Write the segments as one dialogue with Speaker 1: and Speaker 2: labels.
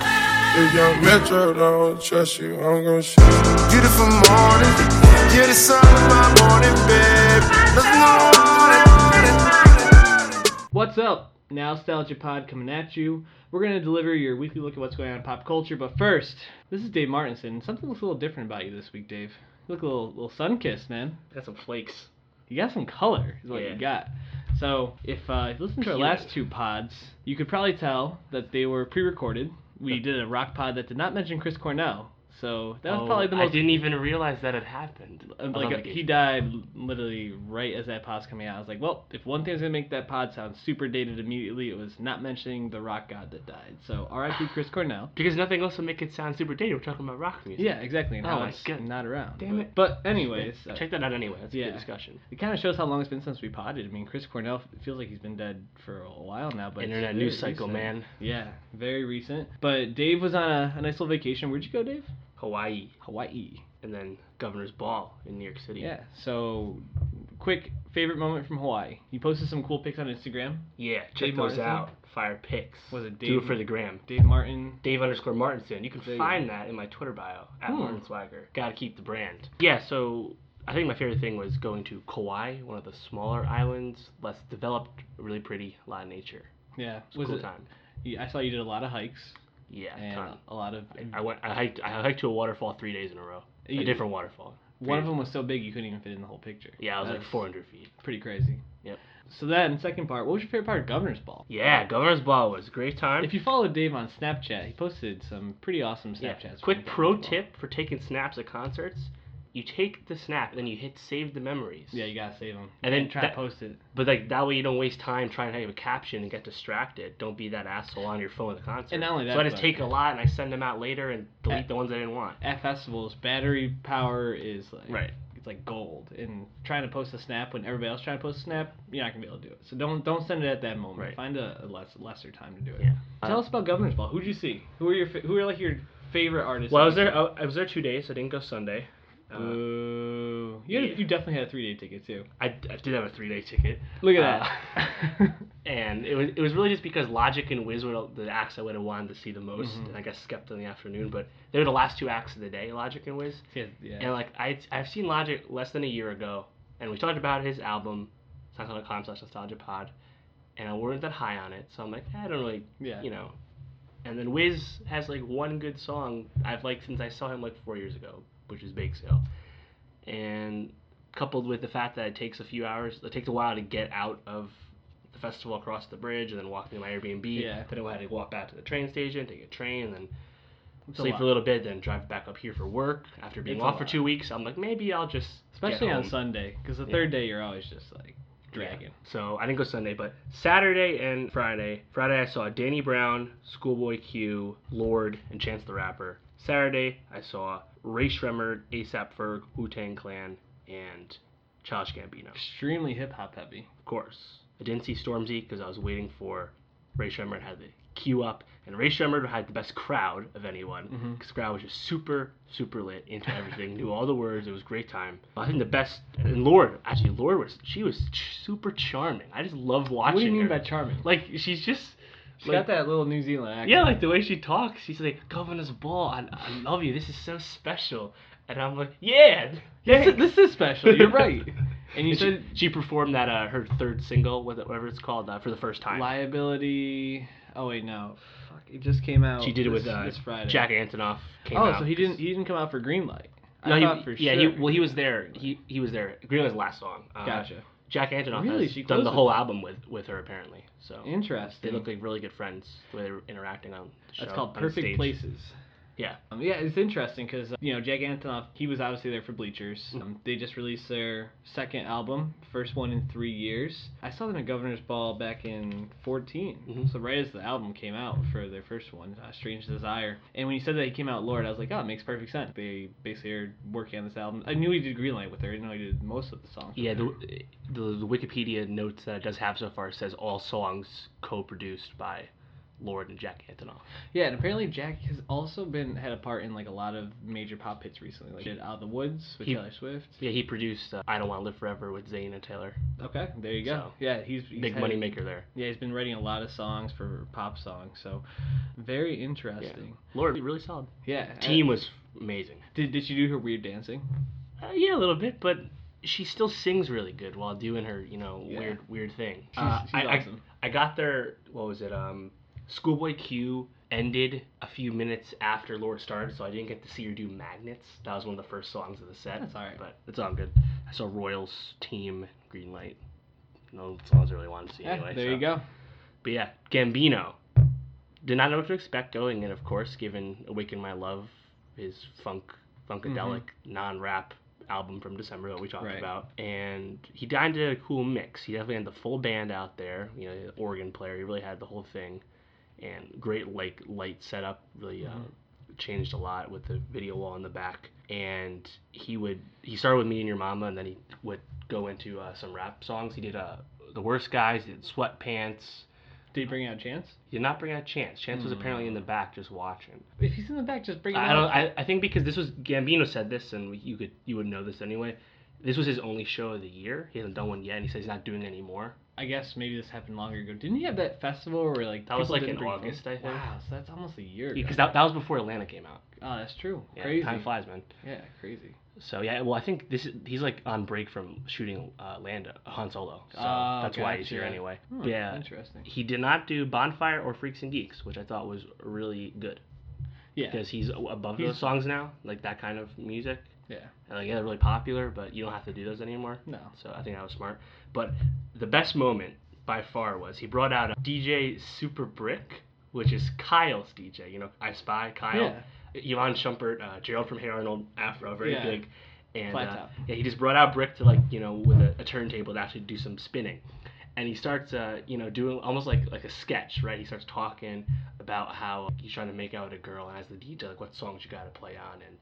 Speaker 1: If young Metro don't trust you, I'm gon' shoot. Beautiful morning, you're the sun of my morning, babe. Let's
Speaker 2: What's up? Nostalgia Pod coming at you. We're going to deliver your weekly look at what's going on in pop culture, but first, this is Dave Martinson. Something looks a little different about you this week, Dave. You look a little, little sun kissed, man.
Speaker 3: Got some flakes.
Speaker 2: You got some color, is what
Speaker 3: Yeah.
Speaker 2: you got. So, if uh, if you listen to our
Speaker 3: Peely.
Speaker 2: last two pods, you could probably tell that they were pre recorded. We did a rock pod that did not mention Chris Cornell. So, that was
Speaker 3: Oh,
Speaker 2: probably the most
Speaker 3: I didn't even realize that had happened.
Speaker 2: um,
Speaker 3: I was on
Speaker 2: like uh, he
Speaker 3: vacation.
Speaker 2: died literally right as that pod's coming out. I was like, well, if one thing's gonna make that pod sound super dated immediately, it was not mentioning the rock god that died. So R.I.P. Chris Cornell.
Speaker 3: Because nothing else would make it sound super dated. We're talking about rock music.
Speaker 2: Yeah, exactly. And
Speaker 3: Oh
Speaker 2: how
Speaker 3: my
Speaker 2: it's
Speaker 3: God.
Speaker 2: not around.
Speaker 3: Damn
Speaker 2: but,
Speaker 3: it.
Speaker 2: But anyways, uh,
Speaker 3: Check that out anyway. That's a
Speaker 2: Yeah.
Speaker 3: good discussion.
Speaker 2: it kind of shows how long it's been since we podded. I mean, Chris Cornell f- feels like he's been dead for a while now. But it's
Speaker 3: Internet
Speaker 2: very
Speaker 3: news cycle,
Speaker 2: recent.
Speaker 3: man.
Speaker 2: Yeah, very recent. But Dave was on a, a nice little vacation. Where'd you go, Dave?
Speaker 3: Hawaii
Speaker 2: Hawaii.
Speaker 3: and then Governor's Ball in New York City.
Speaker 2: Yeah. So, quick favorite moment from Hawaii. You posted some cool pics on Instagram.
Speaker 3: Yeah. Check
Speaker 2: Dave
Speaker 3: those
Speaker 2: Martinson?
Speaker 3: out. Fire pics.
Speaker 2: Was it
Speaker 3: Do
Speaker 2: Dave-
Speaker 3: it for the gram.
Speaker 2: Dave Martin.
Speaker 3: Dave underscore Martinson. You can
Speaker 2: There you
Speaker 3: find that in my Twitter bio at
Speaker 2: Hmm.
Speaker 3: Martin Swagger. Gotta keep the brand. Yeah, so I think my favorite thing was going to Kauai, one of the smaller islands, less developed, really pretty, a lot of nature.
Speaker 2: Yeah.
Speaker 3: It was
Speaker 2: Was
Speaker 3: a cool
Speaker 2: it?
Speaker 3: time.
Speaker 2: you- I saw you did a lot of hikes
Speaker 3: Yeah,
Speaker 2: and
Speaker 3: ton.
Speaker 2: a lot of.
Speaker 3: I went. I hiked. I hiked to a waterfall three days in a row.
Speaker 2: Yeah.
Speaker 3: A different waterfall.
Speaker 2: One of them was so big you couldn't even fit in the whole picture.
Speaker 3: Yeah, I was like
Speaker 2: That's
Speaker 3: 400 feet.
Speaker 2: Pretty crazy.
Speaker 3: Yep.
Speaker 2: So then, second part. What was your favorite part of Governor's Ball?
Speaker 3: Yeah, Governor's Ball was a great time.
Speaker 2: If you follow Dave on Snapchat, he posted some pretty awesome
Speaker 3: Yeah.
Speaker 2: Snapchats. from
Speaker 3: Quick pro
Speaker 2: Governor's Ball.
Speaker 3: tip for taking snaps at concerts: you take the snap and then you hit save the memories.
Speaker 2: Yeah, you gotta save them.
Speaker 3: And then
Speaker 2: try
Speaker 3: that-
Speaker 2: to post it.
Speaker 3: But like that way, you don't waste time trying to have a caption and get distracted. Don't be that asshole on your phone at the concert.
Speaker 2: And not only
Speaker 3: so
Speaker 2: that,
Speaker 3: I just
Speaker 2: but-
Speaker 3: take a lot and I send them out later and delete
Speaker 2: Eh.
Speaker 3: the ones I didn't want.
Speaker 2: At festivals, battery power is like
Speaker 3: Right.
Speaker 2: It's like gold. And trying to post a snap when everybody else trying to post a snap, you're not gonna be able to do it. So don't don't send it at that moment.
Speaker 3: Right.
Speaker 2: Find a, a less lesser time to do it.
Speaker 3: Yeah.
Speaker 2: Tell us about Governor's Ball. Who'd you see? Who are your fa- who are like your favorite artists?
Speaker 3: Well, I was there. I I was there two days. So I didn't go Sunday. Uh,
Speaker 2: Ooh, you, had-
Speaker 3: yeah.
Speaker 2: you definitely had a three day ticket too.
Speaker 3: I, I did have a three day ticket.
Speaker 2: Look at
Speaker 3: Uh,
Speaker 2: that.
Speaker 3: and it was it was really just because Logic and Wiz were the- the acts I would have wanted to see the most,
Speaker 2: Mhm.
Speaker 3: and I guess Skepta in the afternoon, but they were the last two acts of the day, Logic and Wiz.
Speaker 2: yeah, yeah.
Speaker 3: And like I I've seen Logic less than a year ago, and we talked about his album, SoundCloud.com slash Nostalgia Pod, and I weren't that high on it, so I'm like "Eh, I don't really,
Speaker 2: Yeah.
Speaker 3: you know. And then Wiz has like one good song I've liked since I saw him like four years ago, which is Bake Sale, and coupled with the fact that it takes a few hours, it takes a while to get out of the festival across the bridge and then walk to my Airbnb.
Speaker 2: Yeah.
Speaker 3: Then I had to walk back to the train station, take a train, and then
Speaker 2: It's a
Speaker 3: sleep
Speaker 2: lot.
Speaker 3: for a little bit, then drive back up here for work. After being
Speaker 2: It's a
Speaker 3: off for
Speaker 2: lot.
Speaker 3: two weeks, I'm like, maybe I'll just get
Speaker 2: especially on
Speaker 3: home.
Speaker 2: Sunday, because the
Speaker 3: Yeah.
Speaker 2: third day you're always just like
Speaker 3: Yeah.
Speaker 2: dragging.
Speaker 3: So I didn't go Sunday, but Saturday and Friday. Friday I saw Danny Brown, Schoolboy Q, Lord, and Chance the Rapper. Saturday I saw Ray Shremmer, ASAP Ferg, Wu Tang Clan, and Childish Gambino.
Speaker 2: Extremely hip hop heavy.
Speaker 3: Of course. I didn't see Stormzy because I was waiting for Ray Shremmer had the queue up, and Ray Shremmer had the best crowd of anyone because
Speaker 2: Mhm.
Speaker 3: the crowd was just super, super lit into everything, knew all the words. It was a great time. I think the best, and Lord, actually, Lord was she was ch- super charming. I just love watching.
Speaker 2: what do you mean
Speaker 3: her.
Speaker 2: by charming?
Speaker 3: like she's just
Speaker 2: She got
Speaker 3: like,
Speaker 2: that little New Zealand accent.
Speaker 3: yeah, like the way she talks, she's like, Governor's Ball, I, I love you, this is so special. And I'm like, yeah,
Speaker 2: this, is,
Speaker 3: thanks."
Speaker 2: this is special. You're right. And you
Speaker 3: And she,
Speaker 2: said
Speaker 3: she performed that uh, her third single, what- whatever it's called, uh, for the first time.
Speaker 2: liability. Oh wait, no. Fuck, it just came out.
Speaker 3: She did it
Speaker 2: Oh, this,
Speaker 3: with uh,
Speaker 2: this Friday.
Speaker 3: Jack Antonoff. Came
Speaker 2: oh,
Speaker 3: out
Speaker 2: so he
Speaker 3: 'cause-
Speaker 2: didn't he didn't come out for Green Light. I
Speaker 3: No,
Speaker 2: thought
Speaker 3: he,
Speaker 2: for
Speaker 3: yeah,
Speaker 2: sure.
Speaker 3: he, well, he was there. He he was there. Green was last song. Uh,
Speaker 2: Gotcha.
Speaker 3: Jack Antonoff
Speaker 2: Really?
Speaker 3: has
Speaker 2: She
Speaker 3: done
Speaker 2: closed
Speaker 3: the
Speaker 2: with
Speaker 3: whole
Speaker 2: him.
Speaker 3: album with with her apparently. So
Speaker 2: Interesting.
Speaker 3: they look like really good friends the way they were interacting on. The show,
Speaker 2: That's called
Speaker 3: on
Speaker 2: Perfect
Speaker 3: stage.
Speaker 2: Places.
Speaker 3: Yeah.
Speaker 2: Um, yeah, it's interesting because you know Jack Antonoff, he was obviously there for Bleachers.
Speaker 3: Mm.
Speaker 2: Um, they just released their second album, first one in three years. I saw them at Governor's Ball back in 14,
Speaker 3: Mhm.
Speaker 2: so right as the album came out for their first one, uh, Strange Desire. And when he said that he came out Lord, I was like, oh, it makes perfect sense. They basically are working on this album. I knew he did Greenlight with her. I know he did most of the songs. with
Speaker 3: Yeah,
Speaker 2: her.
Speaker 3: the, the the Wikipedia notes that it does have so far says all songs co-produced by Lord and Jack Antonoff.
Speaker 2: Yeah, and apparently Jack has also been had a part in like a lot of major pop hits recently, like did Out of the Woods with
Speaker 3: He-
Speaker 2: Taylor Swift.
Speaker 3: Yeah, he produced uh, "I Don't Want to Live Forever" with Zayn and Taylor.
Speaker 2: Okay, there you go.
Speaker 3: So,
Speaker 2: yeah, he's, he's
Speaker 3: Big
Speaker 2: had-
Speaker 3: money maker there.
Speaker 2: Yeah, he's been writing a lot of songs for pop songs, so very interesting.
Speaker 3: Lord, really solid.
Speaker 2: Yeah,
Speaker 3: Team was amazing.
Speaker 2: Did did she do her weird dancing?
Speaker 3: Uh, yeah, a little bit, but she still sings really good while doing her, you know,
Speaker 2: Yeah.
Speaker 3: weird, weird thing.
Speaker 2: She's-
Speaker 3: Uh,
Speaker 2: she's
Speaker 3: I, I-
Speaker 2: awesome.
Speaker 3: I, got their, what was it? Um, Schoolboy Q ended a few minutes after Lord started, so I didn't get to see her do Magnets. That was one of the first songs of the set.
Speaker 2: That's all right.
Speaker 3: but it's all good. I saw Royals, Team, Green Light. No songs I really wanted to see
Speaker 2: Yeah,
Speaker 3: anyway.
Speaker 2: Eh, there
Speaker 3: so.
Speaker 2: you go.
Speaker 3: But yeah, Gambino. Did not know what to expect going in, of course, given Awaken My Love, his funk, funkadelic, non rap album from December that we talked
Speaker 2: Right.
Speaker 3: about. And he dined did a cool mix. He definitely had the full band out there, you know, the organ player. He really had the whole thing. And great like light setup, really uh, changed a lot with the video wall in the back. And he would he started with Me and Your Mama, and then he would go into uh, some rap songs. He did uh, The Worst Guys, he did Sweatpants.
Speaker 2: Did he bring out Chance?
Speaker 3: He did not bring out Chance. Chance was apparently in the back just watching.
Speaker 2: If he's in the back, just bring him
Speaker 3: I don't.
Speaker 2: out.
Speaker 3: I, I think because this was Gambino said this, and we- you could you would know this anyway. This was his only show of the year. He hasn't done one yet, and he says he's not doing it anymore.
Speaker 2: I guess maybe this happened longer ago. Didn't he have that festival where like
Speaker 3: That was,
Speaker 2: people
Speaker 3: like,
Speaker 2: didn't
Speaker 3: in
Speaker 2: bring phones?
Speaker 3: August, I think.
Speaker 2: Wow, so that's almost a year ago.
Speaker 3: Because that, that was before Atlanta came out.
Speaker 2: oh, that's true.
Speaker 3: Yeah,
Speaker 2: crazy.
Speaker 3: Time flies, man.
Speaker 2: Yeah, crazy.
Speaker 3: So yeah, well I think this is, he's like on break from shooting uh, Atlanta Han Solo, so
Speaker 2: Oh,
Speaker 3: that's why he's here
Speaker 2: gotcha.
Speaker 3: anyway.
Speaker 2: Hmm,
Speaker 3: But yeah,
Speaker 2: interesting.
Speaker 3: He did not do Bonfire or Freaks and Geeks, which I thought was really good
Speaker 2: Yeah,
Speaker 3: because he's above
Speaker 2: He's-
Speaker 3: those songs now, like that kind of music.
Speaker 2: yeah.
Speaker 3: And, like yeah, they're really popular, but you don't have to do those anymore.
Speaker 2: No.
Speaker 3: So I think that was smart. But the best moment by far was he brought out DJ Super Brick, which is Kyle's DJ. You know, I Spy, Kyle, Ivan Shumpert, uh, Gerald from Hey Arnold, Afro, very
Speaker 2: Yeah.
Speaker 3: big. And
Speaker 2: Flat
Speaker 3: uh,
Speaker 2: top.
Speaker 3: yeah, he just brought out Brick to like you know with a, a turntable to actually do some spinning. And he starts, uh, you know, doing almost like like a sketch, right? He starts talking about how he's trying to make out with a girl, and as the DJ, like, what songs you got to play on, and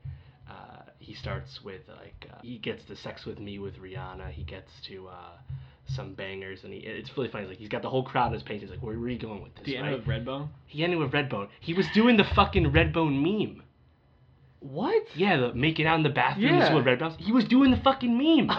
Speaker 3: uh, he starts with like uh, he gets to sex with me with Rihanna. He gets to uh, some bangers, and he it's really funny. Like he's got the whole crowd in his page. He's like, where, where are you going with this?
Speaker 2: The end
Speaker 3: right?
Speaker 2: of Redbone.
Speaker 3: he ended with Redbone. He was doing the fucking Redbone meme.
Speaker 2: What?
Speaker 3: Yeah, the make it out in the bathroom. This is
Speaker 2: Yeah.
Speaker 3: what Redbone's. He was doing the fucking meme.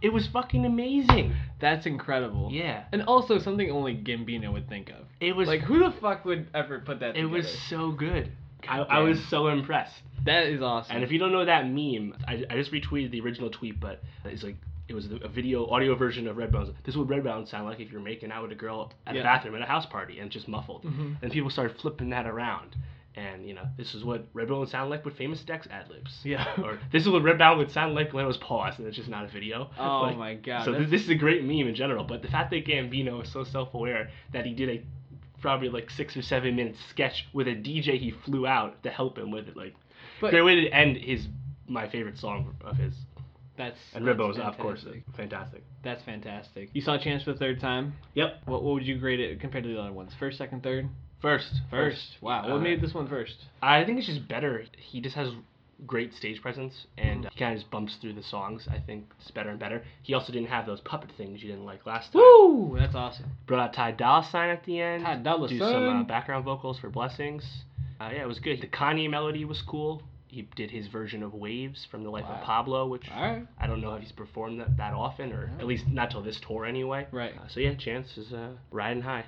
Speaker 3: it was fucking amazing.
Speaker 2: That's incredible.
Speaker 3: Yeah,
Speaker 2: And also something only Gambino would think of.
Speaker 3: it was
Speaker 2: like who the fuck would ever put that?
Speaker 3: it was
Speaker 2: together?
Speaker 3: so good. I,
Speaker 2: God
Speaker 3: I was
Speaker 2: damn.
Speaker 3: so impressed.
Speaker 2: That is awesome.
Speaker 3: And if you don't know that meme, I, I just retweeted the original tweet, but it's like it was a video audio version of Redbones. This is what Redbones sound like if you're making out with a girl at
Speaker 2: Yeah. Mm-hmm.
Speaker 3: a bathroom at a house party and just muffled. And people started flipping that around. And you know, this is what Redbone sound like with famous Dex ad libs.
Speaker 2: Yeah.
Speaker 3: or this is what Redbound would sound like when it was paused and it's just not a video.
Speaker 2: Oh
Speaker 3: Like,
Speaker 2: my God,
Speaker 3: So
Speaker 2: that's-
Speaker 3: this, this is a great meme in general, but the fact that Gambino is so self-aware that he did a probably like six or seven minute sketch with a DJ he flew out to help him with it, like
Speaker 2: But-
Speaker 3: great way to end his my favorite song of his.
Speaker 2: that's
Speaker 3: And
Speaker 2: that's
Speaker 3: Redbones, of course,
Speaker 2: fantastic.
Speaker 3: fantastic.
Speaker 2: That's fantastic. You saw Chance for the third time.
Speaker 3: Yep.
Speaker 2: What what would you grade it compared to the other ones? First, second, third.
Speaker 3: First,
Speaker 2: First. Wow. What
Speaker 3: Uh,
Speaker 2: made this one first?
Speaker 3: I think it's just better. He just has great stage presence, and he kind of just bumps through the songs. I think it's better and better. He also didn't have those puppet things you didn't like last time.
Speaker 2: Woo! That's awesome.
Speaker 3: Brought out Ty Dolla Sign at the end.
Speaker 2: Ty Dolla
Speaker 3: Do some uh,
Speaker 2: Sign.
Speaker 3: background vocals for Blessings. Uh, yeah, it was good. The Kanye melody was cool. He did his version of Waves from the Life
Speaker 2: Wow.
Speaker 3: of Pablo, which
Speaker 2: All right.
Speaker 3: I don't know if he's performed that, that often, or at least not till this tour anyway.
Speaker 2: Right.
Speaker 3: Uh, so yeah, Chance is uh, riding high.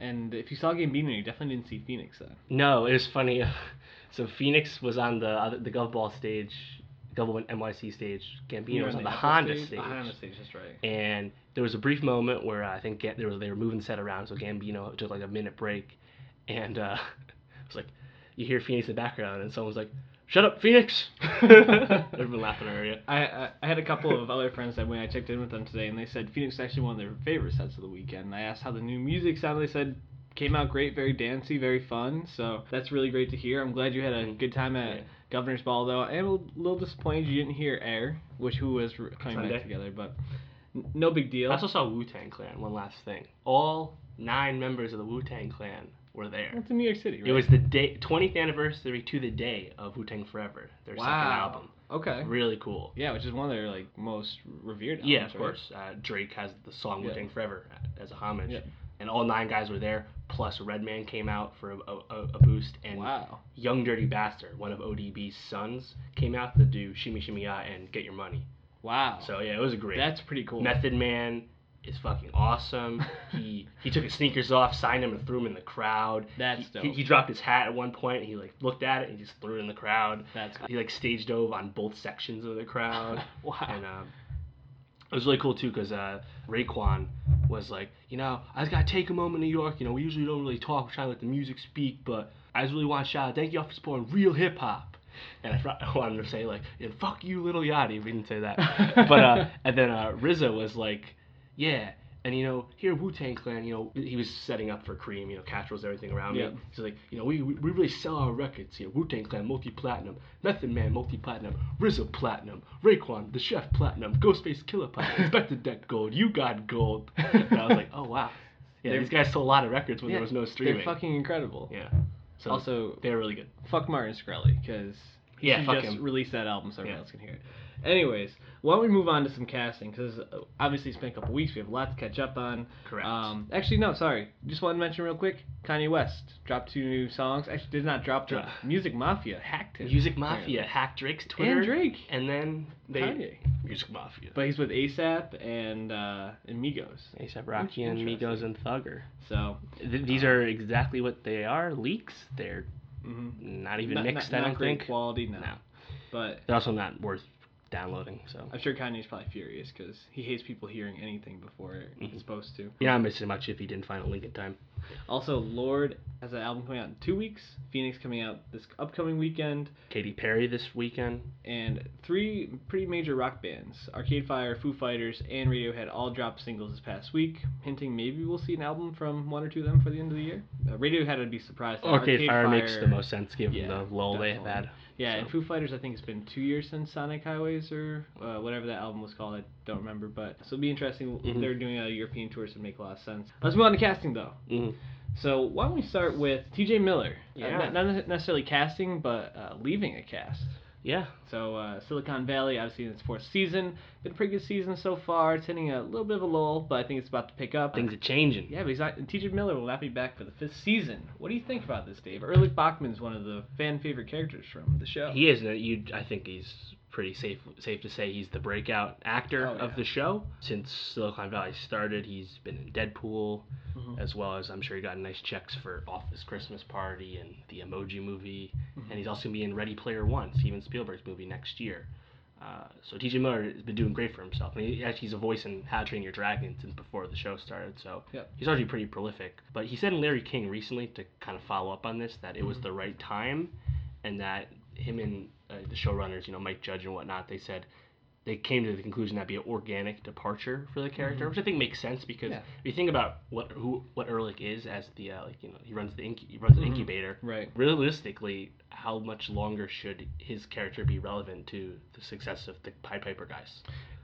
Speaker 2: And if you saw Gambino, you definitely didn't see Phoenix then.
Speaker 3: No, it was funny. so Phoenix was on the other, the Gov Ball stage, Gov NYC stage. Gambino was on the, Honda stage.
Speaker 2: The Honda stage, that's right.
Speaker 3: and there was a brief moment where uh, I think Ga- there was, they were moving the set around, so Gambino took like a minute break, and uh, it was like you hear Phoenix in the background, and someone's like, "Shut up, Phoenix!" Everyone laughing at you.
Speaker 2: I, I I had a couple of other friends that when I checked in with them today, and they said Phoenix is actually one of their favorite sets of the weekend. And I asked how the new music sounded. They said came out great, very dancey, very fun. So that's really great to hear. I'm glad you had a good time at
Speaker 3: Mm-hmm. Yeah.
Speaker 2: Governor's Ball, though. I am a little disappointed you didn't hear Air, which who was r- coming
Speaker 3: Sunday.
Speaker 2: back together, but n- no big deal.
Speaker 3: I also saw Wu Tang Clan. One last thing, all nine members of the Wu Tang Clan were there.
Speaker 2: it's in New York City, right?
Speaker 3: It was the day 20th anniversary to the day of Wu Tang Forever, their
Speaker 2: wow.
Speaker 3: second album.
Speaker 2: Okay.
Speaker 3: Really cool.
Speaker 2: Yeah, which is one of their like most revered.
Speaker 3: Yeah,
Speaker 2: albums,
Speaker 3: of
Speaker 2: right?
Speaker 3: course. Uh, Drake has the song
Speaker 2: Yeah.
Speaker 3: Wu Tang Forever as a homage,
Speaker 2: Yeah.
Speaker 3: and all nine guys were there. plus Redman came out for a, a, a boost, and
Speaker 2: Wow.
Speaker 3: Young Dirty Bastard, one of ODB's sons, came out to do Shimmy Shimmy Ya and Get Your Money.
Speaker 2: Wow.
Speaker 3: So yeah, it was a great.
Speaker 2: that's pretty cool.
Speaker 3: Method Man is fucking awesome. he he took his sneakers off, signed them, and threw them in the crowd.
Speaker 2: That's
Speaker 3: he,
Speaker 2: dope.
Speaker 3: He, he dropped his hat at one point, and he like looked at it and just threw it in the crowd.
Speaker 2: That's cool.
Speaker 3: He like stage dove on both sections of the crowd.
Speaker 2: Wow.
Speaker 3: And um, it was really cool too because uh, Raekwon was like, you know, I just gotta take a moment in New York. You know, we usually don't really talk. We're trying to let the music speak, but I just really want to shout out, thank y'all for supporting real hip hop. And I, thought- I wanted to say like, and fuck you, little Yachty. We didn't say that, but uh, and then uh, RZA was like, yeah. And you know, here Wu Tang Clan, you know, he was setting up for Cream, you know, Cash rules everything around
Speaker 2: Yep.
Speaker 3: me. He's like, you know, we, we we really sell our records here. Wu Tang Clan, multi platinum, Method Man, multi platinum, RZA platinum, Raekwon, the Chef platinum, Ghostface Killer platinum, Inspector Deck gold, you got gold. And I was like, oh wow, yeah,
Speaker 2: They're-
Speaker 3: these guys sold a lot of records when
Speaker 2: Yeah,
Speaker 3: there was no streaming.
Speaker 2: They're fucking incredible.
Speaker 3: yeah. So
Speaker 2: Also,
Speaker 3: they're really good.
Speaker 2: fuck Martin Shkreli because he
Speaker 3: Yeah,
Speaker 2: should
Speaker 3: fuck
Speaker 2: just
Speaker 3: him.
Speaker 2: release that album so everyone
Speaker 3: Yeah.
Speaker 2: else can hear it. Anyways, why don't we move on to some casting? Because obviously it's been a couple weeks. We have a lot to catch up on.
Speaker 3: Correct.
Speaker 2: Um, actually, no, sorry. Just wanted to mention real quick. Kanye West dropped two new songs. Actually, did not drop. Dro-
Speaker 3: Dro-
Speaker 2: Music Mafia hacked him.
Speaker 3: Music Mafia
Speaker 2: apparently.
Speaker 3: hacked Drake's Twitter
Speaker 2: Drake.
Speaker 3: and then they
Speaker 2: Kanye.
Speaker 3: Music Mafia.
Speaker 2: But he's with ASAP and uh, and Migos.
Speaker 3: ASAP
Speaker 2: Rocky and Migos
Speaker 3: and Thugger.
Speaker 2: So
Speaker 3: Th- these are exactly what they are leaks. They're
Speaker 2: mhm.
Speaker 3: not Mm-hmm. even
Speaker 2: Not-
Speaker 3: mixed.
Speaker 2: not,
Speaker 3: I
Speaker 2: not
Speaker 3: don't
Speaker 2: great
Speaker 3: think.
Speaker 2: quality. No.
Speaker 3: No.
Speaker 2: But
Speaker 3: They're also not worth downloading. So
Speaker 2: I'm sure Kanye's probably furious because he hates people hearing anything before
Speaker 3: Mm-hmm.
Speaker 2: it's supposed to.
Speaker 3: you're not missing much if you didn't find a link in time.
Speaker 2: Also, Lord has an album coming out in two weeks. Phoenix coming out this upcoming weekend,
Speaker 3: Katy Perry this weekend.
Speaker 2: and three pretty major rock bands, Arcade Fire, Foo Fighters, and Radiohead, all dropped singles this past week, hinting maybe we'll see an album from one or two of them for the end of the year. Uh, Radiohead, I'd be surprised. at.
Speaker 3: Arcade, Fire, makes the most sense given
Speaker 2: yeah,
Speaker 3: the lull they've
Speaker 2: definitely.
Speaker 3: had.
Speaker 2: Yeah, and
Speaker 3: so.
Speaker 2: Foo Fighters, I think it's been two years since Sonic Highways or uh, whatever that album was called. I don't remember, but so it'll be interesting.
Speaker 3: Mhm.
Speaker 2: They're doing a European tour, so it'd make a lot of sense. Let's move on to casting though.
Speaker 3: Mhm.
Speaker 2: So why don't we start with T.J. Miller? Uh,
Speaker 3: Yeah.
Speaker 2: not- not necessarily casting, but uh, leaving a cast.
Speaker 3: Yeah.
Speaker 2: So uh, Silicon Valley, obviously in its fourth season, been a pretty good season so far. It's hitting a little bit of a lull, but I think it's about to pick up.
Speaker 3: Things are changing.
Speaker 2: Yeah, but he's not, T.J. Miller will not be back for the fifth season. What do you think about this, Dave? Ehrlich Bachman's one of the fan favorite characters from the show.
Speaker 3: He is. You, I think he's pretty safe. Safe to say he's the breakout actor
Speaker 2: Oh,
Speaker 3: of
Speaker 2: yeah.
Speaker 3: the show since Silicon Valley started. He's been in Deadpool,
Speaker 2: Mhm.
Speaker 3: as well as I'm sure he got nice checks for Office Christmas Party and the Emoji Movie,
Speaker 2: Mm-hmm.
Speaker 3: and he's also gonna be in Ready Player One, Steven Spielberg's movie next year. Uh, so T.J. Miller has been doing great for himself, and he, actually he's a voice in How to Train Your Dragon since before the show started. So
Speaker 2: Yep.
Speaker 3: he's already pretty prolific. But he said in Larry King recently to kind of follow up on this that it
Speaker 2: Mm-hmm.
Speaker 3: was the right time, and that him and uh, the showrunners, you know Mike Judge and whatnot, they said they came to the conclusion that'd be an organic departure for the character, which I think makes sense
Speaker 2: Mm-hmm.
Speaker 3: because
Speaker 2: Yeah.
Speaker 3: if you think about what who what Ehrlich is as the uh, like you know he runs the inc- he runs
Speaker 2: Mm-hmm.
Speaker 3: an incubator.
Speaker 2: Right.
Speaker 3: Realistically, how much longer should his character be relevant to the success of the Pied Piper guys?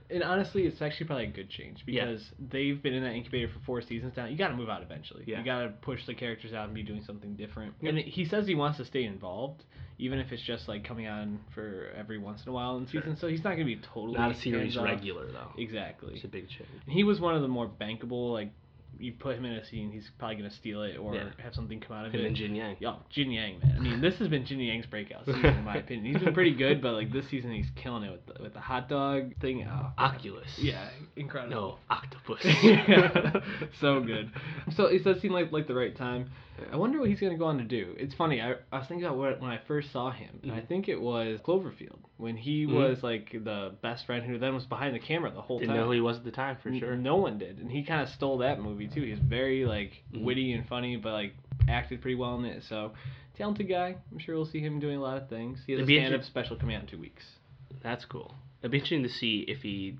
Speaker 2: And honestly, it's actually probably a good change
Speaker 3: Yeah.
Speaker 2: because they've been in that incubator for four seasons now. You got to move out eventually.
Speaker 3: Yeah.
Speaker 2: You got to push the characters out and be doing something different. And he says he wants to stay involved, even if it's just like coming on for every once in a while in
Speaker 3: Sure.
Speaker 2: season. So he's not going to be totally
Speaker 3: Not a series
Speaker 2: hands-off.
Speaker 3: regular though.
Speaker 2: Exactly.
Speaker 3: It's a big change.
Speaker 2: He was one of the more bankable. Like you put him in a scene, he's probably going to steal it or
Speaker 3: Yeah.
Speaker 2: have something come out of
Speaker 3: Him
Speaker 2: it.
Speaker 3: and Jin Yang.
Speaker 2: Yo, Jin Yang, man. I mean, this has been Jin Yang's breakout season, in my opinion. He's been pretty good, but like this season, he's killing it with the, with the hot dog thing. Oh,
Speaker 3: Oculus.
Speaker 2: yeah, incredible.
Speaker 3: No, octopus.
Speaker 2: so good. So it does seem like like the right time. I wonder what he's gonna go on to do. It's funny. I, I was thinking about what, when I first saw him, and I
Speaker 3: Mhm.
Speaker 2: think it was Cloverfield when he
Speaker 3: Mhm.
Speaker 2: was like the best friend who then was behind the camera the whole
Speaker 3: Didn't
Speaker 2: time.
Speaker 3: know who he was at the time for
Speaker 2: N-
Speaker 3: sure.
Speaker 2: No one did, and he kind of stole that movie too. He's very like
Speaker 3: Mhm.
Speaker 2: witty and funny, but like acted pretty well in it. So talented guy. I'm sure we'll see him doing a lot of things. He has
Speaker 3: It'd
Speaker 2: a
Speaker 3: be
Speaker 2: stand-up
Speaker 3: inter-
Speaker 2: special coming out in two weeks.
Speaker 3: That's cool. It'd be interesting to see if he.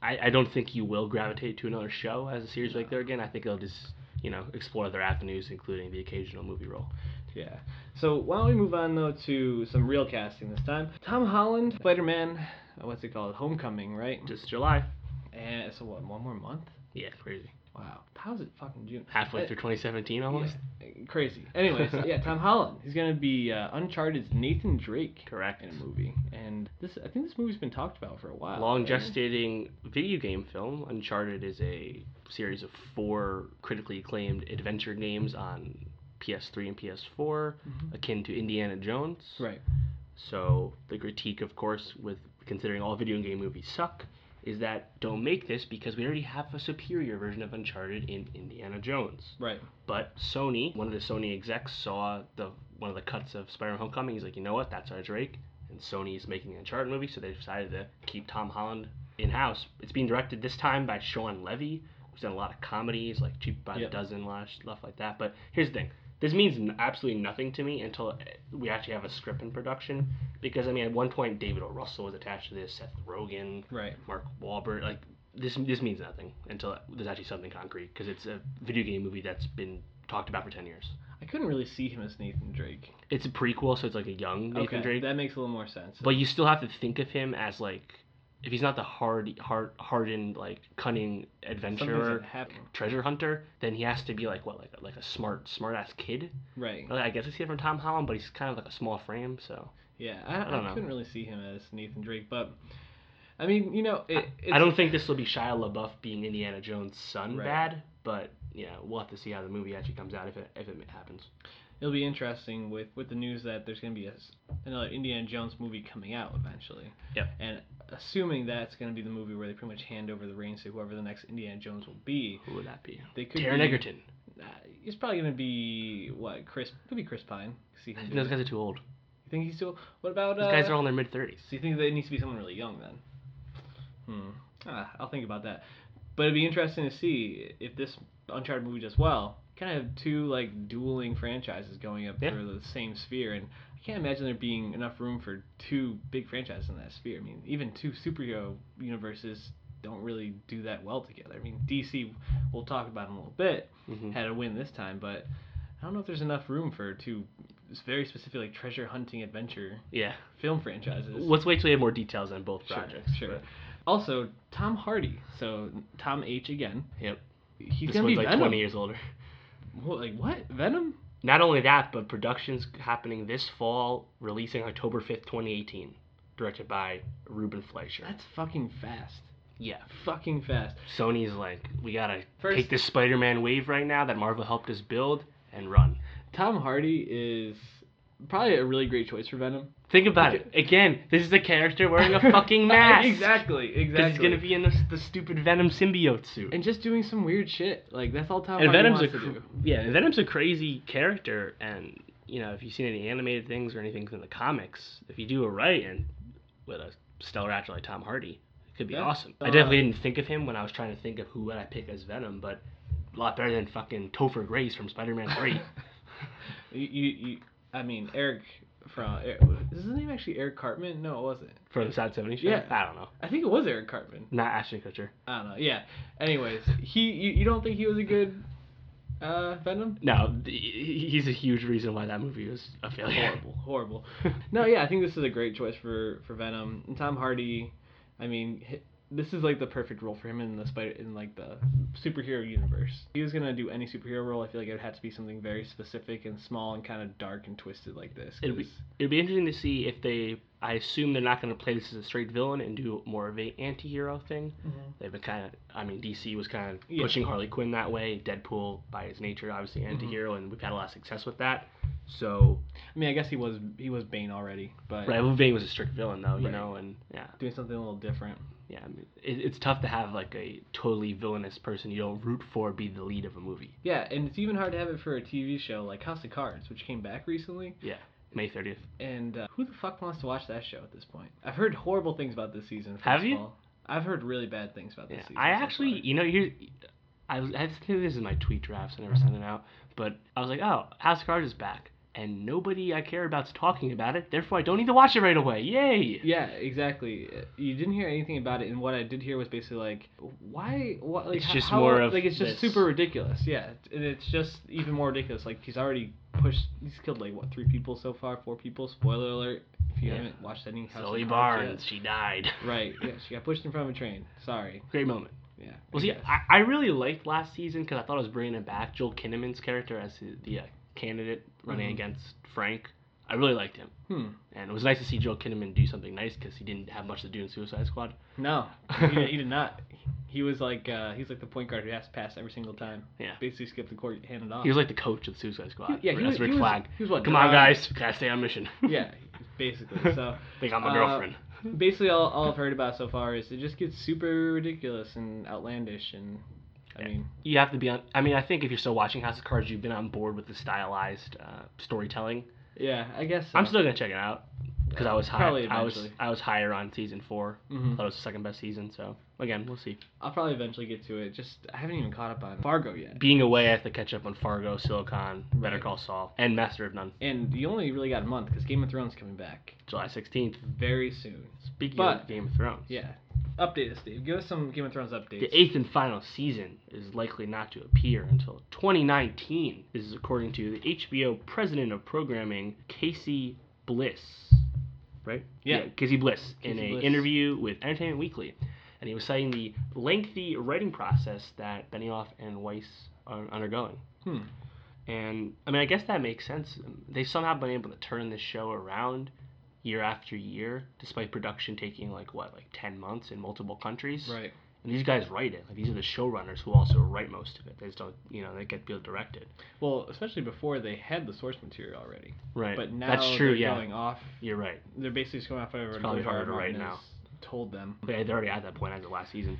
Speaker 3: I, I don't think he will gravitate to another show as a series like there again. I think he'll just you know explore other avenues, including the occasional movie role.
Speaker 2: Yeah. So why don't we move on though to some real casting this time? Tom Holland, Spider-Man. uh, What's it called? Homecoming, right?
Speaker 3: Just July.
Speaker 2: And so what? One more month?
Speaker 3: Yeah, crazy.
Speaker 2: Wow. How's it fucking June?
Speaker 3: Halfway
Speaker 2: Uh,
Speaker 3: through 2017 almost.
Speaker 2: yeah, crazy. Anyways, yeah, Tom Holland. He's gonna be uh, Uncharted's Nathan Drake.
Speaker 3: Correct.
Speaker 2: In a movie, and this I think this movie's been talked about for a while.
Speaker 3: Long
Speaker 2: right?
Speaker 3: gestating video game film. Uncharted is a series of four critically acclaimed adventure games on PS3 and PS4,
Speaker 2: Mm-hmm.
Speaker 3: akin to Indiana Jones.
Speaker 2: Right.
Speaker 3: So the critique, of course, with considering all video game movies suck, is that don't make this because we already have a superior version of Uncharted in Indiana Jones.
Speaker 2: Right.
Speaker 3: But Sony, one of the Sony execs saw the one of the cuts of Spider-Man: Homecoming. He's like, you know what? That's our Drake. And Sony is making an Uncharted movie, so they decided to keep Tom Holland in house. It's being directed this time by Sean Levy, who's done a lot of comedies like Cheap by
Speaker 2: Yep.
Speaker 3: the Dozen, a lot of stuff like that. But here's the thing: this means n- absolutely nothing to me until uh, we actually have a script in production. Because I mean, at one point, David O. Russell was attached to this, Seth Rogen,
Speaker 2: Right.
Speaker 3: Mark Wahlberg. Like this, this means nothing until there's actually something concrete because it's a video game movie that's been talked about for ten years.
Speaker 2: I couldn't really see him as Nathan Drake.
Speaker 3: It's a prequel, so it's like a young Nathan
Speaker 2: okay,
Speaker 3: Drake,
Speaker 2: that makes a little more sense.
Speaker 3: but you still have to think of him as like if he's not the hard, hard, hardened, like cunning
Speaker 2: Something's
Speaker 3: adventurer,
Speaker 2: happening.
Speaker 3: treasure hunter, then he has to be like what, like like a smart, smart ass kid.
Speaker 2: Right.
Speaker 3: Like, I guess I see it from Tom Holland, but he's kind of like a small frame, so
Speaker 2: Yeah, I, I,
Speaker 3: don't know.
Speaker 2: couldn't really see him as Nathan Drake, but I mean, you know, it, it's,
Speaker 3: I don't think this will be Shia LaBeouf being Indiana Jones' son
Speaker 2: Right.
Speaker 3: bad, but yeah, we'll have to see how the movie actually comes out if it if it happens.
Speaker 2: it'll be interesting with with the news that there's going to be a s another Indiana Jones movie coming out eventually.
Speaker 3: Yep.
Speaker 2: And assuming that's going to be the movie where they pretty much hand over the reins to whoever the next Indiana Jones will be.
Speaker 3: Who would that be?
Speaker 2: They could
Speaker 3: Taron
Speaker 2: be-
Speaker 3: Egerton.
Speaker 2: Uh, it's probably going to be what Chris could be Chris Pine. See him. do
Speaker 3: Those
Speaker 2: it.
Speaker 3: guys are too old.
Speaker 2: you think he's still? What about
Speaker 3: These
Speaker 2: uh,
Speaker 3: guys are all in their mid thirties.
Speaker 2: So you think that it needs to be someone really young then? Hmm. Ah, I'll think about that. But it'd be interesting to see if this Uncharted movie does well. Kind of have two like dueling franchises going up
Speaker 3: Yeah.
Speaker 2: through the same sphere, and I can't imagine there being enough room for two big franchises in that sphere. I mean, even two superhero universes don't really do that well together. I mean, DC, we'll talk about in a little bit,
Speaker 3: Mhm.
Speaker 2: had a win this time, but I don't know if there's enough room for two very specific like treasure hunting adventure
Speaker 3: Yeah.
Speaker 2: film franchises.
Speaker 3: Let's wait till we have more details on both projects.
Speaker 2: Sure.
Speaker 3: but-
Speaker 2: Also, Tom Hardy. So Tom H again.
Speaker 3: Yep.
Speaker 2: He's
Speaker 3: this
Speaker 2: gonna
Speaker 3: one's
Speaker 2: be
Speaker 3: like
Speaker 2: Venom.
Speaker 3: twenty years older.
Speaker 2: What, like what? Venom?
Speaker 3: Not only that, but productions happening this fall, releasing October fifth, twenty eighteen, directed by Ruben Fleischer.
Speaker 2: That's fucking fast.
Speaker 3: yeah.
Speaker 2: Fucking fast.
Speaker 3: Sony's like, we gotta
Speaker 2: First-
Speaker 3: take this Spider-Man wave right now that Marvel helped us build and run.
Speaker 2: Tom Hardy is probably a really great choice for Venom.
Speaker 3: Think about it. Again, this is a character wearing a fucking mask.
Speaker 2: exactly. Exactly.
Speaker 3: Because he's gonna be in this, the stupid Venom symbiote suit.
Speaker 2: and just doing some weird shit. Like that's all Tom
Speaker 3: and
Speaker 2: Hardy
Speaker 3: Venom's a
Speaker 2: wants to
Speaker 3: cr-
Speaker 2: do.
Speaker 3: yeah, and Venom's a crazy character, and you know if you've seen any animated things or anything in the comics, if you do it right and with a stellar actor like Tom Hardy, it could be
Speaker 2: Yeah.
Speaker 3: awesome.
Speaker 2: Uh,
Speaker 3: I definitely didn't think of him when I was trying to think of who would I pick as Venom, but a lot better than fucking Topher Grace from Spider-Man Three.
Speaker 2: You, you, you, I mean Eric from Eric, is his name actually Eric Cartman? No, it wasn't.
Speaker 3: from the Sad Seventy show.
Speaker 2: Yeah.
Speaker 3: I don't know.
Speaker 2: I think it was Eric Cartman.
Speaker 3: Not Ashton Kutcher.
Speaker 2: I don't know. Yeah. Anyways, he you, you don't think he was a good uh, Venom?
Speaker 3: No, th- he- he's a huge reason why that movie was a failure.
Speaker 2: horrible, horrible. No, yeah, I think this is a great choice for for Venom. And Tom Hardy, I mean, hi- this is like the perfect role for him in the spider in like the superhero universe. If he was gonna do any superhero role, I feel like it would have to be something very specific and small and kind of dark and twisted like this.
Speaker 3: It'd be
Speaker 2: 'cause-
Speaker 3: it'd be interesting to see if they. I assume they're not going to play this as a straight villain and do more of a anti-hero thing. They've been kind of. I mean, DC was kind of
Speaker 2: Yeah. Mm-hmm.
Speaker 3: pushing Harley Quinn that way. Deadpool, by his nature, obviously anti-hero, and we've had a lot of success with that. So,
Speaker 2: I mean, I guess he was he was Bane already, but
Speaker 3: right, Wolverine Vane was a strict villain though, you
Speaker 2: Right.
Speaker 3: know, and yeah,
Speaker 2: doing something a little different.
Speaker 3: yeah. I mean, it, it's tough to have like a totally villainous person you don't root for be the lead of a movie.
Speaker 2: Yeah, and it's even hard to have it for a TV show like House of Cards, which came back recently.
Speaker 3: Yeah, May thirtieth.
Speaker 2: And uh, who the fuck wants to watch that show at this point? I've heard horrible things about this season. first
Speaker 3: Have
Speaker 2: of
Speaker 3: you?
Speaker 2: all. I've heard really bad things about this
Speaker 3: Yeah,
Speaker 2: season.
Speaker 3: I
Speaker 2: so
Speaker 3: actually, e-,
Speaker 2: far.
Speaker 3: you know, here, I was, I think this is my tweet drafts. I never send it out, but I was like, oh, House of Cards is back, and nobody I care about's talking about it. Therefore, I don't need to watch it right away. Yay!
Speaker 2: Yeah, exactly. You didn't hear anything about it, and what I did hear was basically like, why? What? Like,
Speaker 3: It's
Speaker 2: h-
Speaker 3: just
Speaker 2: how-
Speaker 3: more of
Speaker 2: like it's just
Speaker 3: this.
Speaker 2: super ridiculous. Yeah, and it's just even more ridiculous. Like he's already pushed. He's killed like what three people so far? Four people. Spoiler alert. If you
Speaker 3: Yeah.
Speaker 2: haven't watched any House of
Speaker 3: Sully
Speaker 2: Cards
Speaker 3: Barnes, she died.
Speaker 2: yet. Right. Yeah, she got pushed in front of a train. Sorry.
Speaker 3: Great moment.
Speaker 2: Yeah. I
Speaker 3: Well, see,
Speaker 2: guess.
Speaker 3: I, I really liked last season because I thought it was bringing it back. Joel Kinnaman's character as the- the uh, candidate running
Speaker 2: Mhm.
Speaker 3: against Frank. I really liked him,
Speaker 2: Hmm.
Speaker 3: and it was nice to see Joel Kinnaman do something nice because he didn't have much to do in Suicide Squad.
Speaker 2: No, he did, he did not. He was like uh, he's like the point guard who has to pass every single time.
Speaker 3: Yeah.
Speaker 2: Basically skip the court, hand it off.
Speaker 3: He was like the coach of the Suicide Squad.
Speaker 2: He- yeah, he was-
Speaker 3: That's Rick
Speaker 2: he was-
Speaker 3: Flag.
Speaker 2: he was what,
Speaker 3: Come on,
Speaker 2: Dom-
Speaker 3: guys. Gotta stay on mission.
Speaker 2: yeah, basically. So
Speaker 3: they got my
Speaker 2: uh,
Speaker 3: girlfriend.
Speaker 2: basically all, all I've heard about so far is it just gets super ridiculous and outlandish and I mean
Speaker 3: You have to be on. I mean, I think if you're still watching House of Cards, you've been on board with the stylized uh, storytelling.
Speaker 2: yeah, I guess so.
Speaker 3: I'm still gonna check it out because I was high.
Speaker 2: Probably
Speaker 3: I was
Speaker 2: eventually.
Speaker 3: I was higher on season 4
Speaker 2: Mhm.
Speaker 3: Thought it was the second best season. So again, we'll see.
Speaker 2: I'll probably eventually get to it. Just I haven't even caught up on Fargo yet.
Speaker 3: Being away, I have to catch up on Fargo, Silicon, Better
Speaker 2: Right.
Speaker 3: Call Saul, and Master of None.
Speaker 2: And you only really got a month because Game of Thrones coming back
Speaker 3: July 16th.
Speaker 2: very soon.
Speaker 3: Speaking
Speaker 2: But-
Speaker 3: of Game of Thrones,
Speaker 2: Yeah. Update us, Dave. Give us some Game of Thrones updates.
Speaker 3: The eighth and final season is likely not to appear until 2019. This is according to the HBO president of programming, Casey Bliss. Right?
Speaker 2: Yeah.
Speaker 3: Casey Bliss in
Speaker 2: Casey
Speaker 3: an
Speaker 2: Bliss.
Speaker 3: interview with Entertainment Weekly. And he was citing the lengthy writing process that Benioff and Weiss are undergoing.
Speaker 2: Hmm.
Speaker 3: And I mean, I guess that makes sense. They've somehow been able to turn this show around year after year, despite production taking like what, like 10 months in multiple countries.
Speaker 2: Right.
Speaker 3: And these guys write it. Like these are the showrunners who also write most of it. They just don't, you know, they get field directed.
Speaker 2: Well, especially before they had the source material already.
Speaker 3: Right.
Speaker 2: But now
Speaker 3: that's true.
Speaker 2: they're
Speaker 3: Yeah,
Speaker 2: going off.
Speaker 3: you're right.
Speaker 2: They're basically just going off whatever
Speaker 3: probably
Speaker 2: George R. R.
Speaker 3: harder right
Speaker 2: Martin has
Speaker 3: now.
Speaker 2: Told them.
Speaker 3: But yeah, they're already at that point as of last season.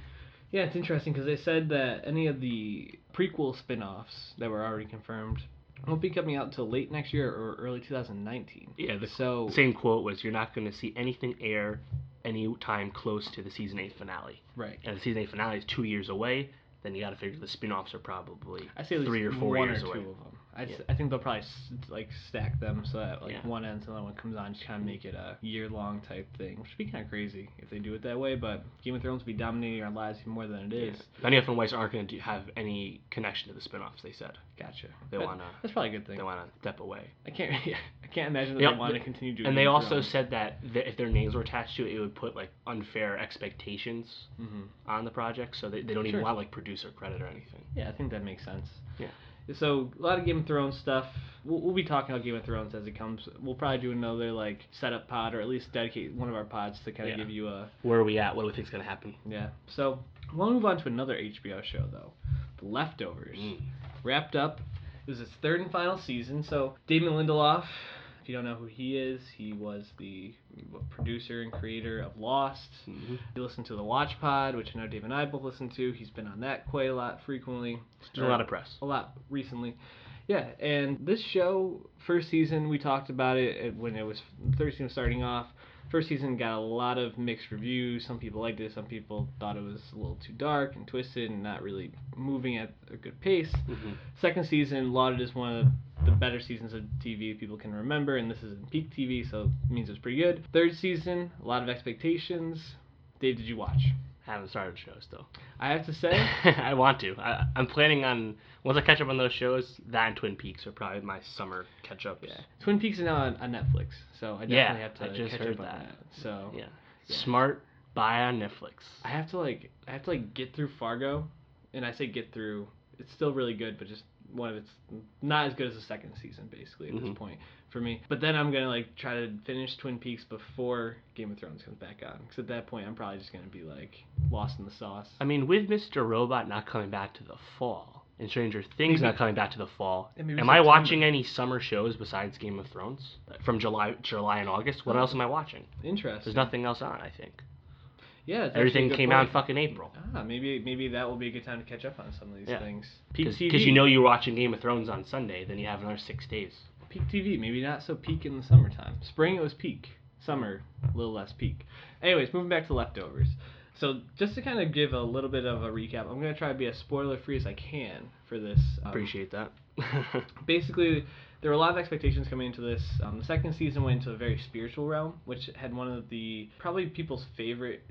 Speaker 2: Yeah, it's interesting because they said that any of the prequel spin-offs that were already confirmed won't be coming out until late next year or early 2019.
Speaker 3: Yeah, the-
Speaker 2: so
Speaker 3: Same quote was, "You're not going to see anything air any time close to the season eight finale."
Speaker 2: right.
Speaker 3: And the season eight finale is two years away. Then you got to figure the spin-offs are probably
Speaker 2: I say at least
Speaker 3: three or four
Speaker 2: one
Speaker 3: years
Speaker 2: or
Speaker 3: away.
Speaker 2: two of them. I,
Speaker 3: Yeah.
Speaker 2: I think they'll probably s- like stack them so that like
Speaker 3: Yeah.
Speaker 2: one ends and then one comes on, just kind of make it a year long type thing, which would be kind of crazy if they do it that way. But Game of Thrones would be dominating our lives even more than it
Speaker 3: Yeah.
Speaker 2: is.
Speaker 3: Benioff and Weiss aren't going to have any connection to the spin-offs. They said
Speaker 2: Gotcha.
Speaker 3: They
Speaker 2: That-
Speaker 3: wanna-
Speaker 2: That's probably a good thing.
Speaker 3: they want to step away.
Speaker 2: I can't. Yeah, I can't imagine that
Speaker 3: Yeah,
Speaker 2: they want to
Speaker 3: th-
Speaker 2: continue doing.
Speaker 3: And they
Speaker 2: Game of
Speaker 3: also
Speaker 2: Thrones.
Speaker 3: said that th- if their names were attached to it, it would put like unfair expectations
Speaker 2: Mhm.
Speaker 3: on the project, so they, they don't
Speaker 2: Sure.
Speaker 3: even want like producer credit or anything.
Speaker 2: Yeah, I think that makes sense.
Speaker 3: Yeah.
Speaker 2: So a lot of Game of Thrones stuff. We'll, we'll be talking about Game of Thrones as it comes. We'll probably do another like setup pod, or at least dedicate one of our pods to kind of
Speaker 3: Yeah.
Speaker 2: give you a
Speaker 3: Where are we at? What do we think's gonna happen?
Speaker 2: yeah. So we'll move on to another HBO show though, The Leftovers. Wrapped up. It was its third and final season. So Damon Lindelof. If you don't know who he is, he was the producer and creator of Lost.
Speaker 3: Mhm.
Speaker 2: You listen to the Watch Pod, which I know Dave and I both listen to. He's been on that quite a lot frequently.
Speaker 3: There's a lot of press.
Speaker 2: a lot recently. Yeah, and this show, first season, we talked about it uh, when it was third season was starting off. First season got a lot of mixed reviews. Some people liked it, some people thought it was a little too dark and twisted and not really moving at a good pace.
Speaker 3: Mhm.
Speaker 2: Second season lauded as one of the better seasons of TV people can remember, and this is in peak TV, so it means it's pretty good. Third season, a lot of expectations. Dave, did you watch?
Speaker 3: I haven't started shows though.
Speaker 2: I have to say,
Speaker 3: I want to. I, I'm planning on once I catch up on those shows. That and Twin Peaks are probably my summer catch up.
Speaker 2: Yeah. Twin Peaks is now on, on Netflix, so I definitely
Speaker 3: Yeah,
Speaker 2: have to
Speaker 3: I just
Speaker 2: catch
Speaker 3: heard
Speaker 2: up on
Speaker 3: that.
Speaker 2: that. So
Speaker 3: yeah. Smart buy on Netflix.
Speaker 2: I have to like I have to like get through Fargo, and I say get through. It's still really good, but just one of its not as good as the second season, basically at this
Speaker 3: Mhm.
Speaker 2: point for me. But then I'm gonna like try to finish Twin Peaks before Game of Thrones comes back on, because at that point I'm probably just gonna be like lost in the sauce.
Speaker 3: I mean, with Mr. Robot not coming back to the fall and Stranger Things
Speaker 2: Maybe-
Speaker 3: not coming back to the fall,
Speaker 2: Yeah, maybe
Speaker 3: am I
Speaker 2: September.
Speaker 3: watching any summer shows besides Game of Thrones from July, July and August? What
Speaker 2: Oh.
Speaker 3: else am I watching?
Speaker 2: Interesting.
Speaker 3: There's nothing else on. I think
Speaker 2: Yeah. it's actually a
Speaker 3: everything
Speaker 2: good
Speaker 3: came out in
Speaker 2: point.
Speaker 3: fucking April
Speaker 2: Ah, maybe maybe that will be a good time to catch up on some of these
Speaker 3: Yeah.
Speaker 2: things. Peak
Speaker 3: because
Speaker 2: TV.
Speaker 3: you know you're watching Game of Thrones on Sunday, then you have another six days.
Speaker 2: peak TV. Maybe not so peak in the summertime. Spring it was peak. Summer a little less peak. Anyways, moving back to leftovers. So just to kind of give a little bit of a recap, I'm gonna try to be as spoiler free as I can for this. um,
Speaker 3: Appreciate that.
Speaker 2: basically there were a lot of expectations coming into this um, the second season went into a very spiritual realm which had one of the probably people's favorite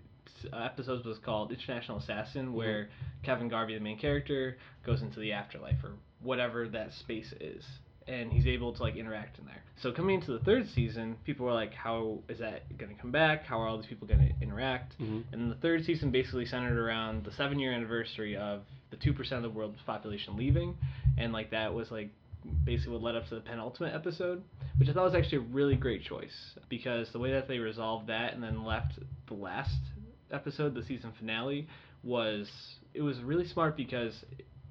Speaker 2: uh, episodes was called international assassin where kevin garvey the main character goes into the afterlife or whatever that space is and he's able to like interact in there so coming into the third season people were like how is that going to come back how are all these people going to interact
Speaker 3: Mhm.
Speaker 2: and the third season basically centered around the seven year anniversary of the 2% of the world's population leaving and like that was like basically what led up to the penultimate episode, which I thought was actually a really great choice because the way that they resolved that and then left the last episode, the season finale, was it was really smart because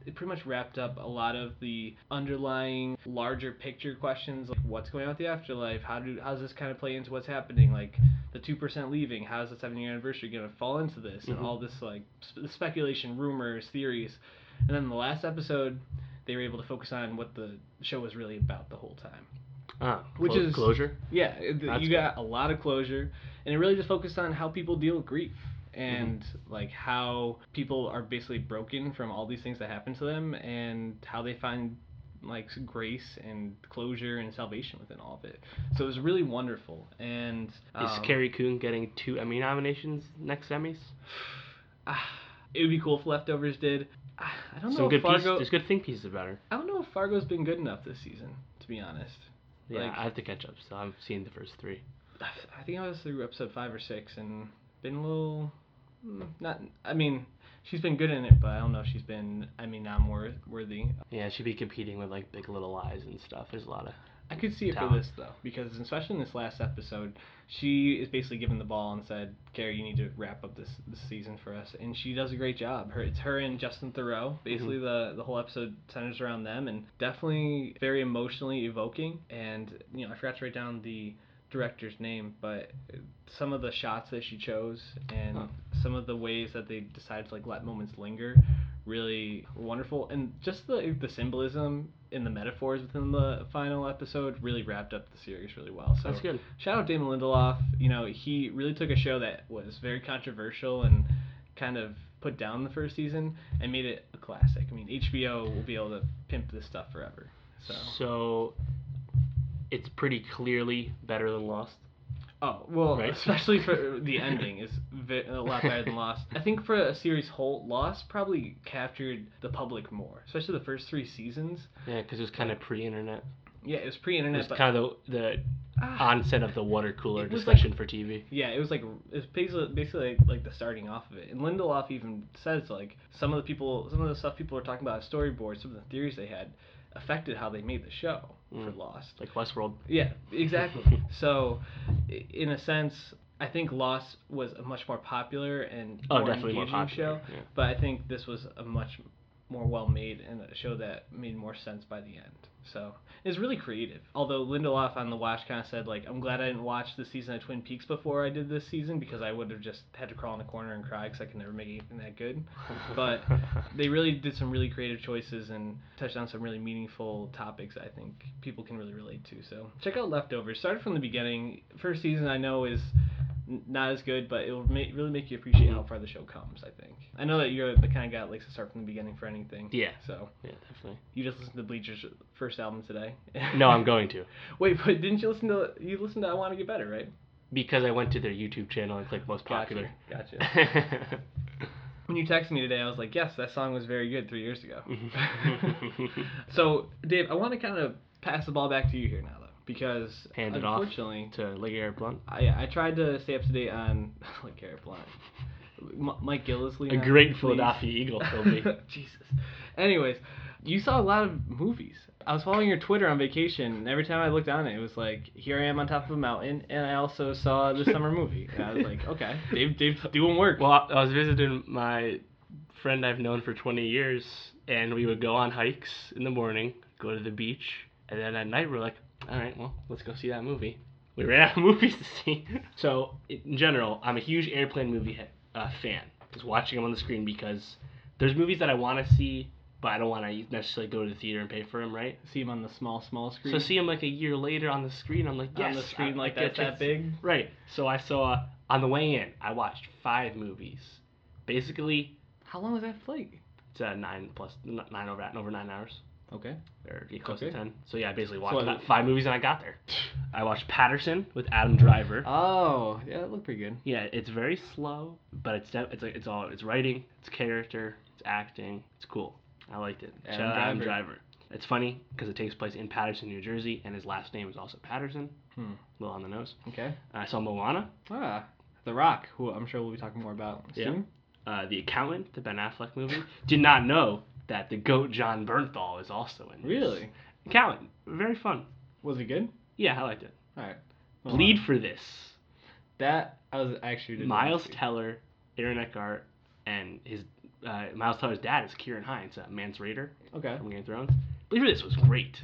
Speaker 2: it pretty much wrapped up a lot of the underlying larger picture questions like what's going on with the afterlife how do how does this kind of play into what's happening like the 2% leaving how's the seven year anniversary going to fall into this and
Speaker 3: Mhm.
Speaker 2: all this like sp- speculation rumors theories and then the last episode they were able to focus on what the show was really about the whole time
Speaker 3: Ah,
Speaker 2: Which
Speaker 3: clo-
Speaker 2: is-
Speaker 3: closure.
Speaker 2: yeah, it-
Speaker 3: That's
Speaker 2: you got a lot of closure, and it really just focused on how people deal with grief and
Speaker 3: Mm-hmm.
Speaker 2: like how people are basically broken from all these things that happen to them and how they find like grace and closure and salvation within all of it. So it was really wonderful and
Speaker 3: is
Speaker 2: um,
Speaker 3: Carrie Coon getting two Emmy nominations next Emmys?
Speaker 2: ah, it would be cool if Leftovers did. Ah, I don't
Speaker 3: Some
Speaker 2: know if
Speaker 3: good pieces.
Speaker 2: Fargo.
Speaker 3: There's good think pieces about her.
Speaker 2: I don't know if Fargo's been good enough this season, to be honest.
Speaker 3: Yeah,
Speaker 2: Like-
Speaker 3: I have to catch up. So I'm seeing the first three.
Speaker 2: I think I was through episode five or six and been a little mm, not. I mean, she's been good in it, but I don't know if she's been. I mean, I'm wor- worthy.
Speaker 3: Yeah, she'd be competing with like Big Little Lies and stuff. There's a lot of.
Speaker 2: I could see it for
Speaker 3: Talent.
Speaker 2: this though, because especially in this last episode, she is basically given the ball and said, "Carrie, you need to wrap up this this season for us," and she does a great job. Her it's her and Justin Thoreau. Basically, the the whole episode centers around them, and definitely very emotionally evoking. And you know, I forgot to write down the director's name, but some of the shots that she chose and
Speaker 3: Huh.
Speaker 2: some of the ways that they decided to like let moments linger really wonderful and just the the symbolism and the metaphors within the final episode really wrapped up the series really well so
Speaker 3: That's good.
Speaker 2: shout out Damon Lindelof you know he really took a show that was very controversial and kind of put down the first season and made it a classic I mean HBO will be able to pimp this stuff forever so
Speaker 3: So, it's pretty clearly better than Lost.
Speaker 2: Oh well,
Speaker 3: Right.
Speaker 2: especially for the ending is ve- a lot better than Lost. I think for a series whole, Lost probably captured the public more, especially the first three seasons.
Speaker 3: Yeah, because it was kind of pre-internet.
Speaker 2: Yeah, it was
Speaker 3: It
Speaker 2: pre-internet,
Speaker 3: was
Speaker 2: but
Speaker 3: kind of the, the
Speaker 2: ah,
Speaker 3: onset of the water cooler
Speaker 2: It was
Speaker 3: discussion for TV.
Speaker 2: yeah, it was like it's basically basically like, like the starting off of it. And Lindelof even says like some of the people, some of the stuff people were talking about at storyboards, some of the theories they had, affected how they made the show for
Speaker 3: Mm.
Speaker 2: Lost.
Speaker 3: Like Westworld.
Speaker 2: Yeah, exactly. so, i- in a sense, I think Lost was a much more popular and
Speaker 3: Oh,
Speaker 2: more
Speaker 3: definitely more
Speaker 2: engaging
Speaker 3: popular,
Speaker 2: show,
Speaker 3: yeah.
Speaker 2: but I think this was a much more well made and a show that made more sense by the end. So it's really creative. Although Lindelof on the watch kind of said like, "I'm glad I didn't watch the season of Twin Peaks before I did this season because I would have just had to crawl in a corner and cry because I can never make anything that good." But they really did some really creative choices and touched on some really meaningful topics I think people can really relate to. So check out Leftovers. Started from the beginning. First season I know is n- not as good, but it'll ma- really make you appreciate how far the show comes. I think. I know that you're the kind of guy that likes to start from the beginning for anything.
Speaker 3: Yeah.
Speaker 2: So
Speaker 3: Yeah, definitely.
Speaker 2: you just listened to Bleacher's first album today.
Speaker 3: No, I'm going to
Speaker 2: Wait, but didn't you listen to you listened to I Want to Get Better, right?
Speaker 3: because I went to their YouTube channel and clicked most popular.
Speaker 2: Gotcha. gotcha. When you texted me today, I was like, yes, that song was very good three years ago. so, Dave, I want to kind of pass the ball back to you here now, though, because
Speaker 3: Hand it off.
Speaker 2: unfortunately,
Speaker 3: to Legarrette Blunt.
Speaker 2: I, I tried to stay up to date on like Garrett Blunt, M- Mike Gillisley,
Speaker 3: A
Speaker 2: now,
Speaker 3: great
Speaker 2: please.
Speaker 3: Philadelphia Eagle will be.
Speaker 2: Jesus. Anyways, you saw a lot of movies. I was following your Twitter on vacation, and every time I looked on it, it was like, "Here I am on top of a mountain," and I also saw the summer movie. And I was like, "Okay, Dave, Dave's doing work."
Speaker 3: Well, I was visiting my friend I've known for 20 years, and we would go on hikes in the morning, go to the beach, and then at night we're like, all right, well, let's go see that movie. We ran out of movies to see. So, in general, I'm a huge airplane movie he- uh, fan. Just watching them on the screen because there's movies that I want to see, but I don't want to necessarily go to the theater and pay for them, right?
Speaker 2: See him on the small, small screen.
Speaker 3: So see him like a year later on the screen. I'm like, yes,
Speaker 2: on the screen
Speaker 3: I-
Speaker 2: like
Speaker 3: I get
Speaker 2: that's that
Speaker 3: this.
Speaker 2: big.
Speaker 3: Right. So I saw on the way in, I watched five movies. Basically,
Speaker 2: How long was that flight?
Speaker 3: it's uh, nine plus n- nine over over nine hours
Speaker 2: Okay.
Speaker 3: or get close to
Speaker 2: Okay.
Speaker 3: ten. So yeah, I basically watched
Speaker 2: I-
Speaker 3: that five movies and I got there. I watched Patterson with Adam Driver.
Speaker 2: Oh, yeah, that looked pretty good.
Speaker 3: Yeah, it's very slow, but it's def- it's like it's all it's writing, it's character, it's acting, it's cool. I liked it.
Speaker 2: Adam
Speaker 3: Shout out Adam
Speaker 2: Driver.
Speaker 3: Driver. It's funny because it takes place in Patterson, New Jersey, and his last name is also Patterson.
Speaker 2: Hmm.
Speaker 3: little on the nose.
Speaker 2: Okay.
Speaker 3: I saw Moana,
Speaker 2: Ah, The Rock, who I'm sure we'll be talking more about
Speaker 3: Yeah.
Speaker 2: soon.
Speaker 3: uh, The Accountant, the Ben Affleck movie. Did not know that the goat John Bernthal is also in. this.
Speaker 2: Really?
Speaker 3: Accountant, very fun.
Speaker 2: Was it good?
Speaker 3: Yeah, I liked it.
Speaker 2: All right. Well,
Speaker 3: Bleed for this.
Speaker 2: That I was actually didn't
Speaker 3: Miles
Speaker 2: see.
Speaker 3: Teller, Aaron Eckhart, and his uh, Miles Teller's dad is Kieran Hines, uh, Mance Raider
Speaker 2: Okay.
Speaker 3: from Game of Thrones. Believe it, or not, this was great.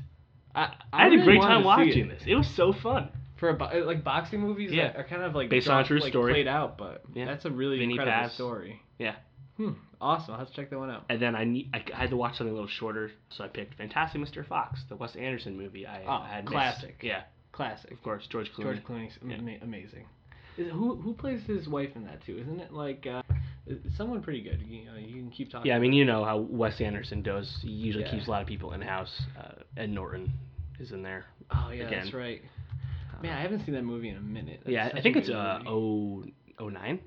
Speaker 2: I,
Speaker 3: I, had a
Speaker 2: really
Speaker 3: great
Speaker 2: wanted to
Speaker 3: time
Speaker 2: see
Speaker 3: watching
Speaker 2: it.
Speaker 3: this. It was so fun.
Speaker 2: For a bo- uh, like boxing movies
Speaker 3: Yeah.
Speaker 2: that are kind of like
Speaker 3: Based on a
Speaker 2: drawn-
Speaker 3: true
Speaker 2: like,
Speaker 3: story.
Speaker 2: played out, but
Speaker 3: Yeah.
Speaker 2: that's a really
Speaker 3: Vinny
Speaker 2: incredible
Speaker 3: Paz.
Speaker 2: story.
Speaker 3: Yeah.
Speaker 2: Hmm. Awesome. I'll have to check that one out.
Speaker 3: And then I need, I had to watch something a little shorter, so I picked Fantastic Mr. Fox, the Wes Anderson movie. I,
Speaker 2: Oh,
Speaker 3: I had missed.
Speaker 2: classic.
Speaker 3: Yeah,
Speaker 2: Classic.
Speaker 3: of course, George Clooney.
Speaker 2: George Clooney's ama- amazing. Is, who who plays his wife in that too? Isn't it like uh, is- someone pretty good? You, know, you can keep talking.
Speaker 3: Yeah, I mean, you know how Wes Anderson does. He usually
Speaker 2: Yeah.
Speaker 3: keeps a lot of people in house. Uh, Ed Norton is in there.
Speaker 2: Oh yeah,
Speaker 3: again.
Speaker 2: that's right. Man, I haven't seen that movie in a minute. That's
Speaker 3: yeah,
Speaker 2: such
Speaker 3: I
Speaker 2: a
Speaker 3: think it's
Speaker 2: good
Speaker 3: uh,
Speaker 2: movie.
Speaker 3: oh, oh nine.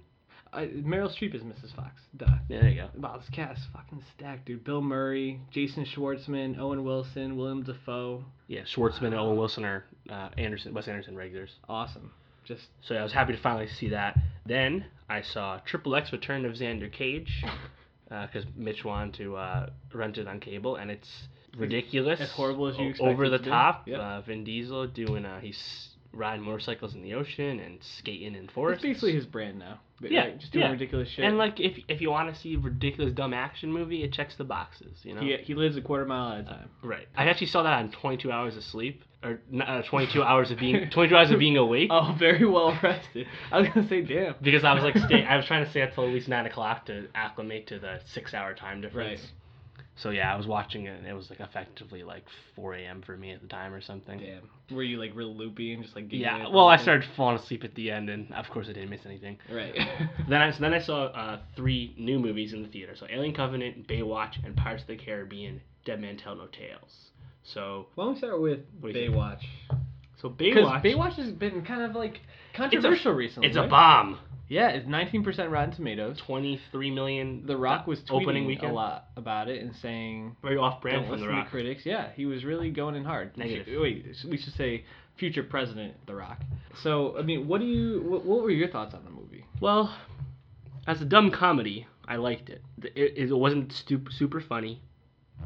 Speaker 2: I- Meryl Streep is Mrs. Fox. Duh.
Speaker 3: Yeah, there you go.
Speaker 2: Wow, this cast is fucking stacked, dude. Bill Murray, Jason Schwartzman, Owen Wilson, William Defoe.
Speaker 3: Yeah, Schwartzman and Owen Wilson are uh, Anderson, Wes Anderson regulars.
Speaker 2: Awesome. Just
Speaker 3: So I was happy to finally see that. Then I saw Triple X Return of Xander Cage, because Mitch wanted to uh, rent it on cable, and it's ridiculous.
Speaker 2: as horrible as you
Speaker 3: o-
Speaker 2: expect
Speaker 3: Over
Speaker 2: it
Speaker 3: the
Speaker 2: to be.
Speaker 3: top.
Speaker 2: Yep.
Speaker 3: Uh, Vin Diesel doing uh, he's riding motorcycles in the ocean and skating in
Speaker 2: it's
Speaker 3: forests.
Speaker 2: basically his brand now. But,
Speaker 3: Yeah,
Speaker 2: right, just doing
Speaker 3: yeah.
Speaker 2: ridiculous shit.
Speaker 3: And like if if you want to see ridiculous dumb action movie, it checks the boxes, you know.
Speaker 2: he, he lives a quarter mile at a time.
Speaker 3: Right. I actually saw that on 22 hours of sleep or n- uh, 22 hours of being 22 hours of being awake.
Speaker 2: Oh, very well rested. I was gonna say, damn.
Speaker 3: Because I was like, stay, I was trying to stay up till at least nine o'clock to acclimate to the six-hour time difference.
Speaker 2: Right.
Speaker 3: So yeah, I was watching it, and it was like effectively like 4 a.m. for me at the time or something.
Speaker 2: Damn. Were you like real loopy and just like? giggling at
Speaker 3: Yeah.
Speaker 2: the
Speaker 3: Well, I
Speaker 2: whole
Speaker 3: started falling asleep at the end, and of course I didn't miss anything.
Speaker 2: thing? Right.
Speaker 3: Then I so then I saw uh, three new movies in the theater. So Alien Covenant, Baywatch, and Pirates of the Caribbean: Dead Man Tell No Tales. So
Speaker 2: Why don't we start with
Speaker 3: What do you think?
Speaker 2: Baywatch?
Speaker 3: so
Speaker 2: Because
Speaker 3: Baywatch.
Speaker 2: Baywatch has been kind of like controversial recently.
Speaker 3: It's a
Speaker 2: right?
Speaker 3: bomb.
Speaker 2: Yeah, it's 19% Rotten Tomatoes.
Speaker 3: 23 million.
Speaker 2: The Rock was tweeting
Speaker 3: opening weekend.
Speaker 2: a lot about it and saying,
Speaker 3: Very off brand
Speaker 2: "Don't
Speaker 3: from The
Speaker 2: listen to
Speaker 3: Rock.
Speaker 2: critics." Yeah, he was really going in hard. We
Speaker 3: Negative.
Speaker 2: should- wait, we should say future president The Rock. So, I mean, what do you? What, what were your thoughts on the movie?
Speaker 3: Well, as a dumb comedy, I liked it. Th- It, it wasn't stup- super funny.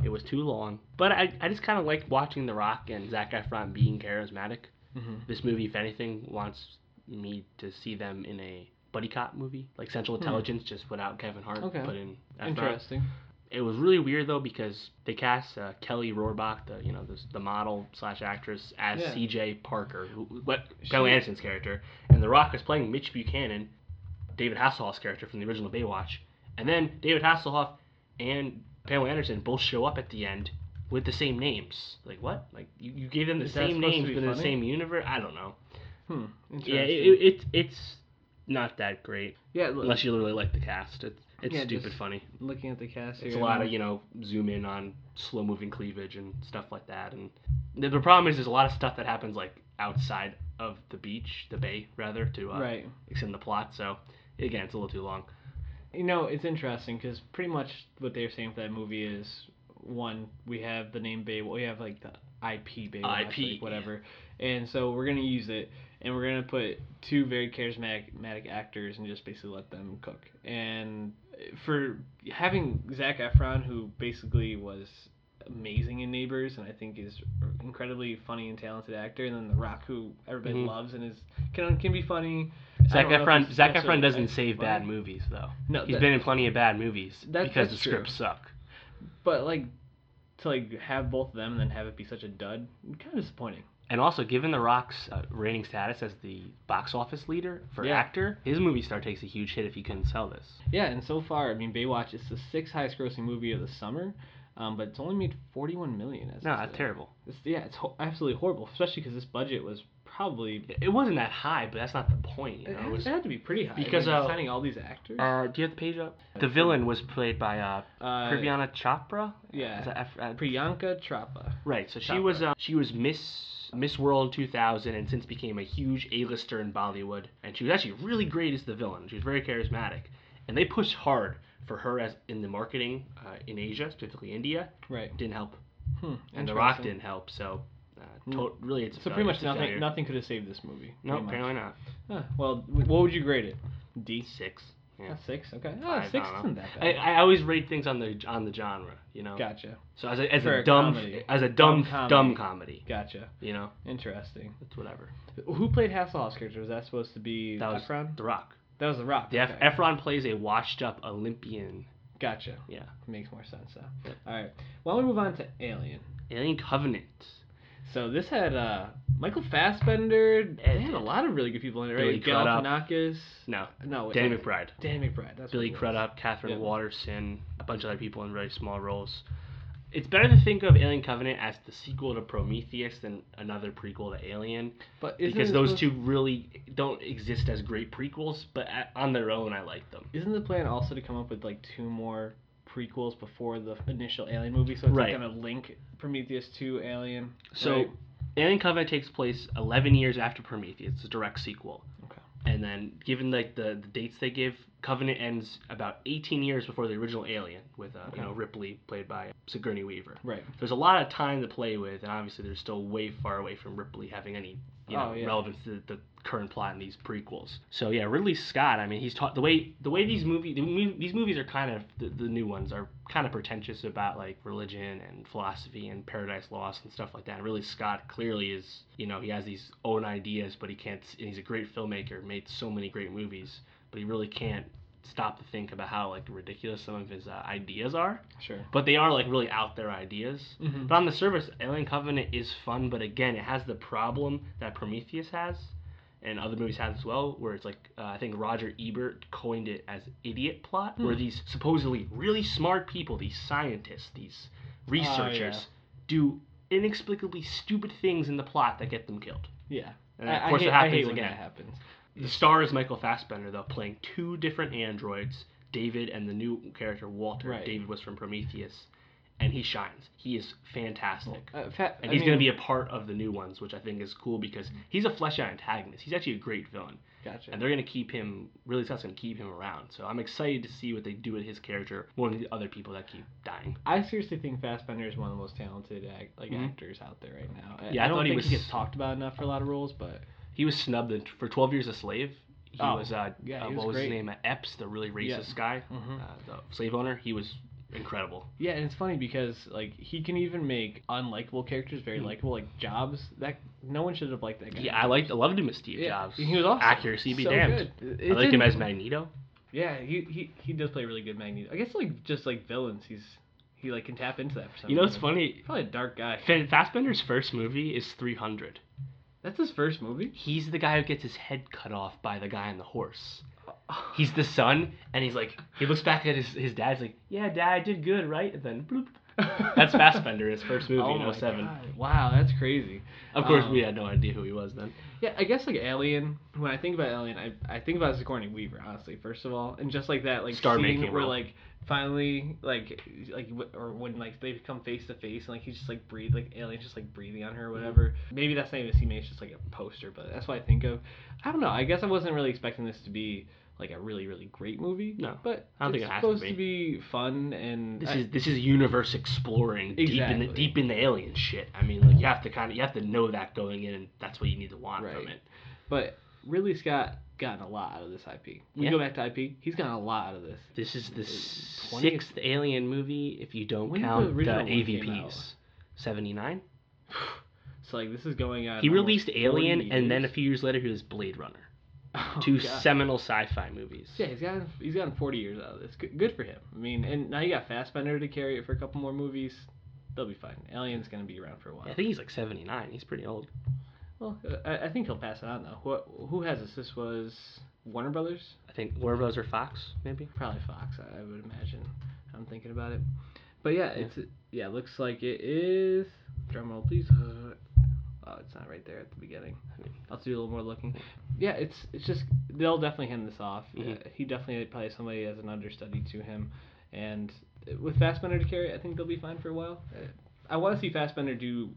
Speaker 3: It was too long. But I, I just kind of liked watching The Rock and Zach Efron being charismatic.
Speaker 2: Mhm.
Speaker 3: This movie, if anything, wants me to see them in a buddy cop movie, like Central Intelligence, just without Kevin Hart,
Speaker 2: Hmm. Okay.
Speaker 3: but in Efron.
Speaker 2: Interesting.
Speaker 3: It was really weird though because they cast uh, Kelly Rohrbach, the you know the, the model slash actress, as
Speaker 2: Yeah.
Speaker 3: C.J. Parker, who, what
Speaker 2: She-
Speaker 3: Bill Anderson's character, and The Rock is playing Mitch Buchanan, David Hasselhoff's character from the original Baywatch, and then David Hasselhoff and Pamela Anderson both show up at the end with the same names. Like what? Like you, you gave them the
Speaker 2: Is that
Speaker 3: same
Speaker 2: supposed to
Speaker 3: names
Speaker 2: be
Speaker 3: but in the
Speaker 2: funny?
Speaker 3: same universe? I don't know.
Speaker 2: Hmm. Interesting.
Speaker 3: Yeah, it, it, it's it's not that great
Speaker 2: yeah. look-
Speaker 3: unless you really like the cast. It's it's
Speaker 2: Yeah,
Speaker 3: stupid
Speaker 2: just-
Speaker 3: funny.
Speaker 2: looking at the cast here,
Speaker 3: It's a lot of you know zoom in on slow moving cleavage and stuff like that. And the, the problem is there's a lot of stuff that happens like outside of the beach, the bay rather, to uh,
Speaker 2: Right.
Speaker 3: extend the plot. So again, it's a little too long.
Speaker 2: You know, it's interesting because pretty much what they're saying for that movie is one, we have the name Bay, we have like the IP Baywatch, like,
Speaker 3: IP,
Speaker 2: whatever, and so we're gonna use it, and we're gonna put two very charismatic matic actors and just basically let them cook. And for having Zach Efron, who basically was amazing in Neighbors, and I think is incredibly funny and talented actor, and then The Rock, who everybody
Speaker 3: Mhm.
Speaker 2: loves and is can can be funny. I
Speaker 3: Zach
Speaker 2: don't know if
Speaker 3: Efron
Speaker 2: he's
Speaker 3: Zach
Speaker 2: necessarily
Speaker 3: Efron doesn't
Speaker 2: act-
Speaker 3: save
Speaker 2: funny.
Speaker 3: bad movies though.
Speaker 2: No,
Speaker 3: He's
Speaker 2: that-
Speaker 3: been in plenty of bad movies
Speaker 2: That-
Speaker 3: because the
Speaker 2: that's
Speaker 3: scripts suck.
Speaker 2: But like to like have both of them and then have it be such a dud, kind of disappointing.
Speaker 3: And also, given The Rock's uh, reigning status as the box office leader for
Speaker 2: Yeah.
Speaker 3: actor, his movie star takes a huge hit if he couldn't sell this.
Speaker 2: Yeah, and so far, I mean, Baywatch is the sixth highest grossing movie of the summer, um, but it's only made forty one million. As
Speaker 3: No,
Speaker 2: of
Speaker 3: that's
Speaker 2: today.
Speaker 3: terrible.
Speaker 2: It's, yeah, it's ho- absolutely horrible, especially because this budget was probably
Speaker 3: It- It wasn't that high, but that's not the point. You
Speaker 2: it
Speaker 3: know?
Speaker 2: had,
Speaker 3: It was-
Speaker 2: it had to be pretty high
Speaker 3: because,
Speaker 2: I mean,
Speaker 3: uh,
Speaker 2: signing all these actors.
Speaker 3: Uh, do you have the page up? The villain was played by uh,
Speaker 2: Uh,
Speaker 3: Kriviana Chopra.
Speaker 2: yeah.
Speaker 3: Is that Af- uh,
Speaker 2: Priyanka Chopra.
Speaker 3: right. So she
Speaker 2: Chopra.
Speaker 3: was uh, she was Miss Miss World 2000, and since became a huge A-lister in Bollywood. And she was actually really great as the villain. She was very charismatic, and they pushed hard for her as in the marketing uh, in Asia, specifically India.
Speaker 2: Right.
Speaker 3: Didn't help,
Speaker 2: Hmm,
Speaker 3: and The Rock
Speaker 2: interesting. Hmm.
Speaker 3: didn't help. So, uh, to- really, it's a
Speaker 2: So
Speaker 3: failure.
Speaker 2: pretty much
Speaker 3: It's a failure.
Speaker 2: nothing. Nothing could have saved this movie.
Speaker 3: No,
Speaker 2: pretty much.
Speaker 3: apparently not.
Speaker 2: Huh, well, w- what would you grade it?
Speaker 3: D six. Yeah.
Speaker 2: A six. Okay. Oh,
Speaker 3: Five, I
Speaker 2: six
Speaker 3: don't know.
Speaker 2: isn't that
Speaker 3: I,
Speaker 2: bad.
Speaker 3: I always rate things on the on the genre, you know.
Speaker 2: gotcha.
Speaker 3: So as a as
Speaker 2: For
Speaker 3: a,
Speaker 2: a
Speaker 3: dumb
Speaker 2: comedy.
Speaker 3: as a dumb
Speaker 2: Dumb comedy.
Speaker 3: dumb comedy,
Speaker 2: Gotcha.
Speaker 3: you know,
Speaker 2: Interesting.
Speaker 3: it's whatever.
Speaker 2: Who played Hasselhoff's character? Was that supposed to be
Speaker 3: That was
Speaker 2: Efron?
Speaker 3: The Rock.
Speaker 2: That was The Rock.
Speaker 3: The F-
Speaker 2: Okay.
Speaker 3: Efron plays a washed-up Olympian.
Speaker 2: Gotcha.
Speaker 3: Yeah.
Speaker 2: Makes more sense now. All right. Why don't we move on to Alien?
Speaker 3: Alien Covenant.
Speaker 2: So this had uh, Michael Fassbender. They
Speaker 3: Ed-
Speaker 2: had a lot of really good people in it,
Speaker 3: Billy
Speaker 2: right?
Speaker 3: Crudup.
Speaker 2: Galifianakis.
Speaker 3: No,
Speaker 2: No, wait,
Speaker 3: Danny
Speaker 2: wait.
Speaker 3: McBride.
Speaker 2: Danny McBride. That's
Speaker 3: Billy
Speaker 2: what it was.
Speaker 3: Crudup, Catherine
Speaker 2: Yeah.
Speaker 3: Waterson, a bunch of other people in really small roles. It's better to think of Alien Covenant as the sequel to Prometheus than another prequel to Alien
Speaker 2: But isn't
Speaker 3: because
Speaker 2: it
Speaker 3: those
Speaker 2: supposed-
Speaker 3: two really don't exist as great prequels, but a on their own, I like them.
Speaker 2: Isn't the plan also to come up with like two more prequels before the initial Alien movie? So it's
Speaker 3: Right.
Speaker 2: like, gonna link Prometheus to Alien.
Speaker 3: So,
Speaker 2: right?
Speaker 3: Alien Covenant takes place 11 years after Prometheus. It's a direct sequel.
Speaker 2: Okay.
Speaker 3: And then, given like the, the dates they give, Covenant ends about 18 years before the original Alien, with uh, you know Ripley played by Sigourney Weaver.
Speaker 2: Right.
Speaker 3: There's a lot of time to play with, and obviously they're still way far away from Ripley having any you know
Speaker 2: Oh, yeah.
Speaker 3: relevance to the, the current plot in these prequels. So yeah, Ridley Scott. I mean, he's taught the way the way
Speaker 2: Mm-hmm.
Speaker 3: these movie the, mo- these movies are kind of the, the new ones are kind of pretentious about like religion and philosophy and Paradise Lost and stuff like that. And really, Scott clearly is you know he has these own ideas, but he can't. And he's a great filmmaker, made so many great movies, but he really can't stop to think about how like ridiculous some of his uh, ideas are
Speaker 2: Sure.
Speaker 3: but they are like really out there ideas.
Speaker 2: Mhm.
Speaker 3: But on the surface, Alien Covenant is fun, but again, it has the problem that Prometheus has, and other movies have as well, where it's like uh, I think Roger Ebert coined it as idiot plot, where these supposedly really smart people, these scientists, these researchers, do inexplicably stupid things in the plot that get them killed.
Speaker 2: Yeah.
Speaker 3: And
Speaker 2: I-
Speaker 3: of
Speaker 2: I
Speaker 3: course, it
Speaker 2: hate-
Speaker 3: happens
Speaker 2: I hate when
Speaker 3: again.
Speaker 2: that happens.
Speaker 3: The star is Michael Fassbender, though, playing two different androids, David and the new character Walter.
Speaker 2: Right.
Speaker 3: David was from Prometheus, and he shines. He is fantastic.
Speaker 2: Uh, fa-
Speaker 3: and
Speaker 2: I
Speaker 3: he's
Speaker 2: mean,
Speaker 3: going to be a part of the new ones, which I think is cool because he's a flesh out antagonist. He's actually a great villain.
Speaker 2: Gotcha.
Speaker 3: And they're going to keep him, really, Scott's going to keep him around. So I'm excited to see what they do with his character more than the other people that keep dying.
Speaker 2: I seriously think Fassbender is one of the most talented act, like
Speaker 3: Mhm.
Speaker 2: actors out there right now. Mm-hmm. I,
Speaker 3: Yeah, I
Speaker 2: I don't
Speaker 3: thought he
Speaker 2: think
Speaker 3: was-
Speaker 2: he gets talked about enough for a lot of roles, but
Speaker 3: He was snubbed in- for 12 years a slave. He
Speaker 2: Oh,
Speaker 3: was, uh,
Speaker 2: yeah, he
Speaker 3: uh,
Speaker 2: was
Speaker 3: what was his
Speaker 2: great.
Speaker 3: name? Uh, Epps, the really
Speaker 2: Yeah.
Speaker 3: racist guy,
Speaker 2: Mhm.
Speaker 3: uh, the slave owner. He was incredible.
Speaker 2: yeah, and it's funny because like he can even make unlikable characters very likable, like Jobs. That no one should have liked that guy.
Speaker 3: Yeah, I liked, I loved him as Steve
Speaker 2: Yeah,
Speaker 3: Jobs.
Speaker 2: he was awesome.
Speaker 3: Accuracy be
Speaker 2: So
Speaker 3: damned.
Speaker 2: good. It-
Speaker 3: I
Speaker 2: it
Speaker 3: liked him
Speaker 2: didn't-
Speaker 3: as Magneto.
Speaker 2: Yeah, he, he he does play really good Magneto. I guess like just like villains, he's he like can tap into that for some.
Speaker 3: You know, it's
Speaker 2: reason.
Speaker 3: funny.
Speaker 2: Probably a dark guy.
Speaker 3: Fa- Fassbender's first movie is 300.
Speaker 2: That's his first movie.
Speaker 3: He's the guy who gets his head cut off by the guy on the horse. He's the son, and he's like, he looks back at his, his dad's like, yeah, dad, I did good, right? And then bloop. That's Fassbender, his first movie
Speaker 2: Oh my
Speaker 3: in 07.
Speaker 2: God. Wow, that's crazy.
Speaker 3: Of course,
Speaker 2: Um,
Speaker 3: we had no idea who he was then.
Speaker 2: Yeah, I guess like Alien. When I think about Alien, I, I think about Sigourney Weaver, honestly. First of all, and just like that, like
Speaker 3: Star
Speaker 2: scene
Speaker 3: making
Speaker 2: where
Speaker 3: role.
Speaker 2: like finally, like like wh- or when like they come face to face and like he's just like breathe, like Alien's just like breathing on her or whatever.
Speaker 3: Mm-hmm.
Speaker 2: Maybe that's not even a scene. Maybe it's just like a poster, but that's what I think of. I don't know. I guess I wasn't really expecting this to be like a really really great movie.
Speaker 3: No,
Speaker 2: but
Speaker 3: I don't
Speaker 2: it's
Speaker 3: think it has to
Speaker 2: supposed to be. fun and
Speaker 3: This
Speaker 2: I-
Speaker 3: is this is universe exploring deep in the
Speaker 2: Exactly.
Speaker 3: deep in the alien shit. I mean, like you have to kind of you have to know that going in, and that's what you need to want from
Speaker 2: Right.
Speaker 3: it.
Speaker 2: but really Scott gotten a lot out of this IP. We
Speaker 3: Yeah.
Speaker 2: go back to IP. He's gotten a lot out of this.
Speaker 3: This is the
Speaker 2: twentieth-
Speaker 3: sixth Alien movie, if you don't
Speaker 2: When did the
Speaker 3: count the,
Speaker 2: original one came
Speaker 3: AVPs. Seventy nine.
Speaker 2: So like this is going on.
Speaker 3: He
Speaker 2: almost
Speaker 3: released
Speaker 2: 40
Speaker 3: Alien, and then a
Speaker 2: years.
Speaker 3: few years later, he was Blade Runner.
Speaker 2: Oh,
Speaker 3: Two
Speaker 2: God.
Speaker 3: seminal sci-fi movies.
Speaker 2: Yeah, he's gotten he's gotten forty years out of this. Good, good for him. I mean, and now you got Fassbender to carry it for a couple more movies. They'll be fine. Alien's gonna be around for a while.
Speaker 3: I think he's like seventy nine. He's pretty old.
Speaker 2: well, uh, I, I think he'll pass it on though. What? Who has this? This was Warner Brothers.
Speaker 3: I think Warner Bros. or Fox, maybe.
Speaker 2: Probably Fox. I, I would imagine. I'm thinking about it. But yeah, it's yeah. Looks like it is. Drum roll, please. Oh, it's not right there at the beginning. I'll do a little more looking. Yeah, it's it's just they'll definitely hand this off.
Speaker 3: Mhm.
Speaker 2: Uh, he definitely probably has somebody as an understudy to him, and uh, with Fassbender to carry, I think they'll be fine for a while. Uh, I want to see Fassbender do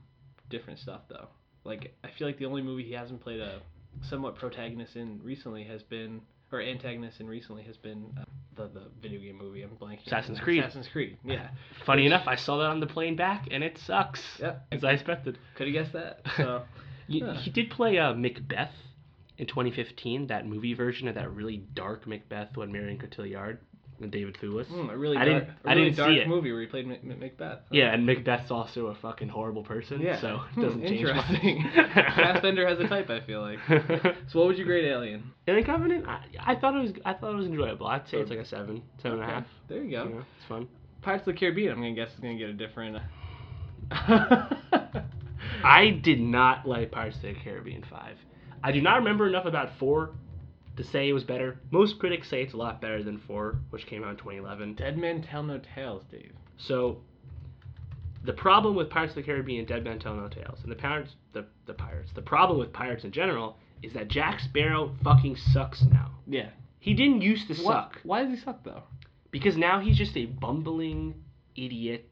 Speaker 2: different stuff though. Like I feel like the only movie he hasn't played a somewhat protagonist in recently has been or antagonist in recently has been uh, the the video game movie. I'm blanking. on
Speaker 3: Assassin's
Speaker 2: it.
Speaker 3: Creed.
Speaker 2: Assassin's Creed. Yeah.
Speaker 3: Funny
Speaker 2: Which-
Speaker 3: enough, I saw that on the plane back, and it sucks.
Speaker 2: Yep.
Speaker 3: As I expected.
Speaker 2: Could have guessed that. So.
Speaker 3: He,
Speaker 2: Yeah.
Speaker 3: he did play uh, Macbeth in 2015, that movie version of that really dark Macbeth when Marion Cotillard and David Thewlis.
Speaker 2: Mm, a really
Speaker 3: I
Speaker 2: dark,
Speaker 3: didn't-
Speaker 2: a
Speaker 3: I
Speaker 2: really
Speaker 3: didn't see
Speaker 2: dark
Speaker 3: it.
Speaker 2: movie where he played Mac- Mac- Macbeth.
Speaker 3: Yeah, and Macbeth's also a fucking horrible person,
Speaker 2: Yeah.
Speaker 3: so
Speaker 2: Hmm,
Speaker 3: it doesn't change much.
Speaker 2: Interesting. Fassbender has a type, I feel like. So what would you grade Alien?
Speaker 3: Alien Covenant, I, I thought it was I thought it was enjoyable. I'd say it's like a seven, seven and a
Speaker 2: Okay,
Speaker 3: half.
Speaker 2: There you go.
Speaker 3: You know, it's fun.
Speaker 2: Pirates of the Caribbean, I'm gonna guess is gonna get a different. uh,
Speaker 3: I did not like Pirates of the Caribbean five. I do not remember enough about four to say it was better. Most critics say it's a lot better than four, which came out in 2011.
Speaker 2: Dead men tell no tales, Dave.
Speaker 3: So the problem with Pirates of the Caribbean, Dead Men Tell No Tales, and the pirates, the, the pirates, the problem with pirates in general is that Jack Sparrow fucking sucks now.
Speaker 2: Yeah.
Speaker 3: He didn't used to suck
Speaker 2: Why does he suck though?
Speaker 3: because now he's just a bumbling idiot.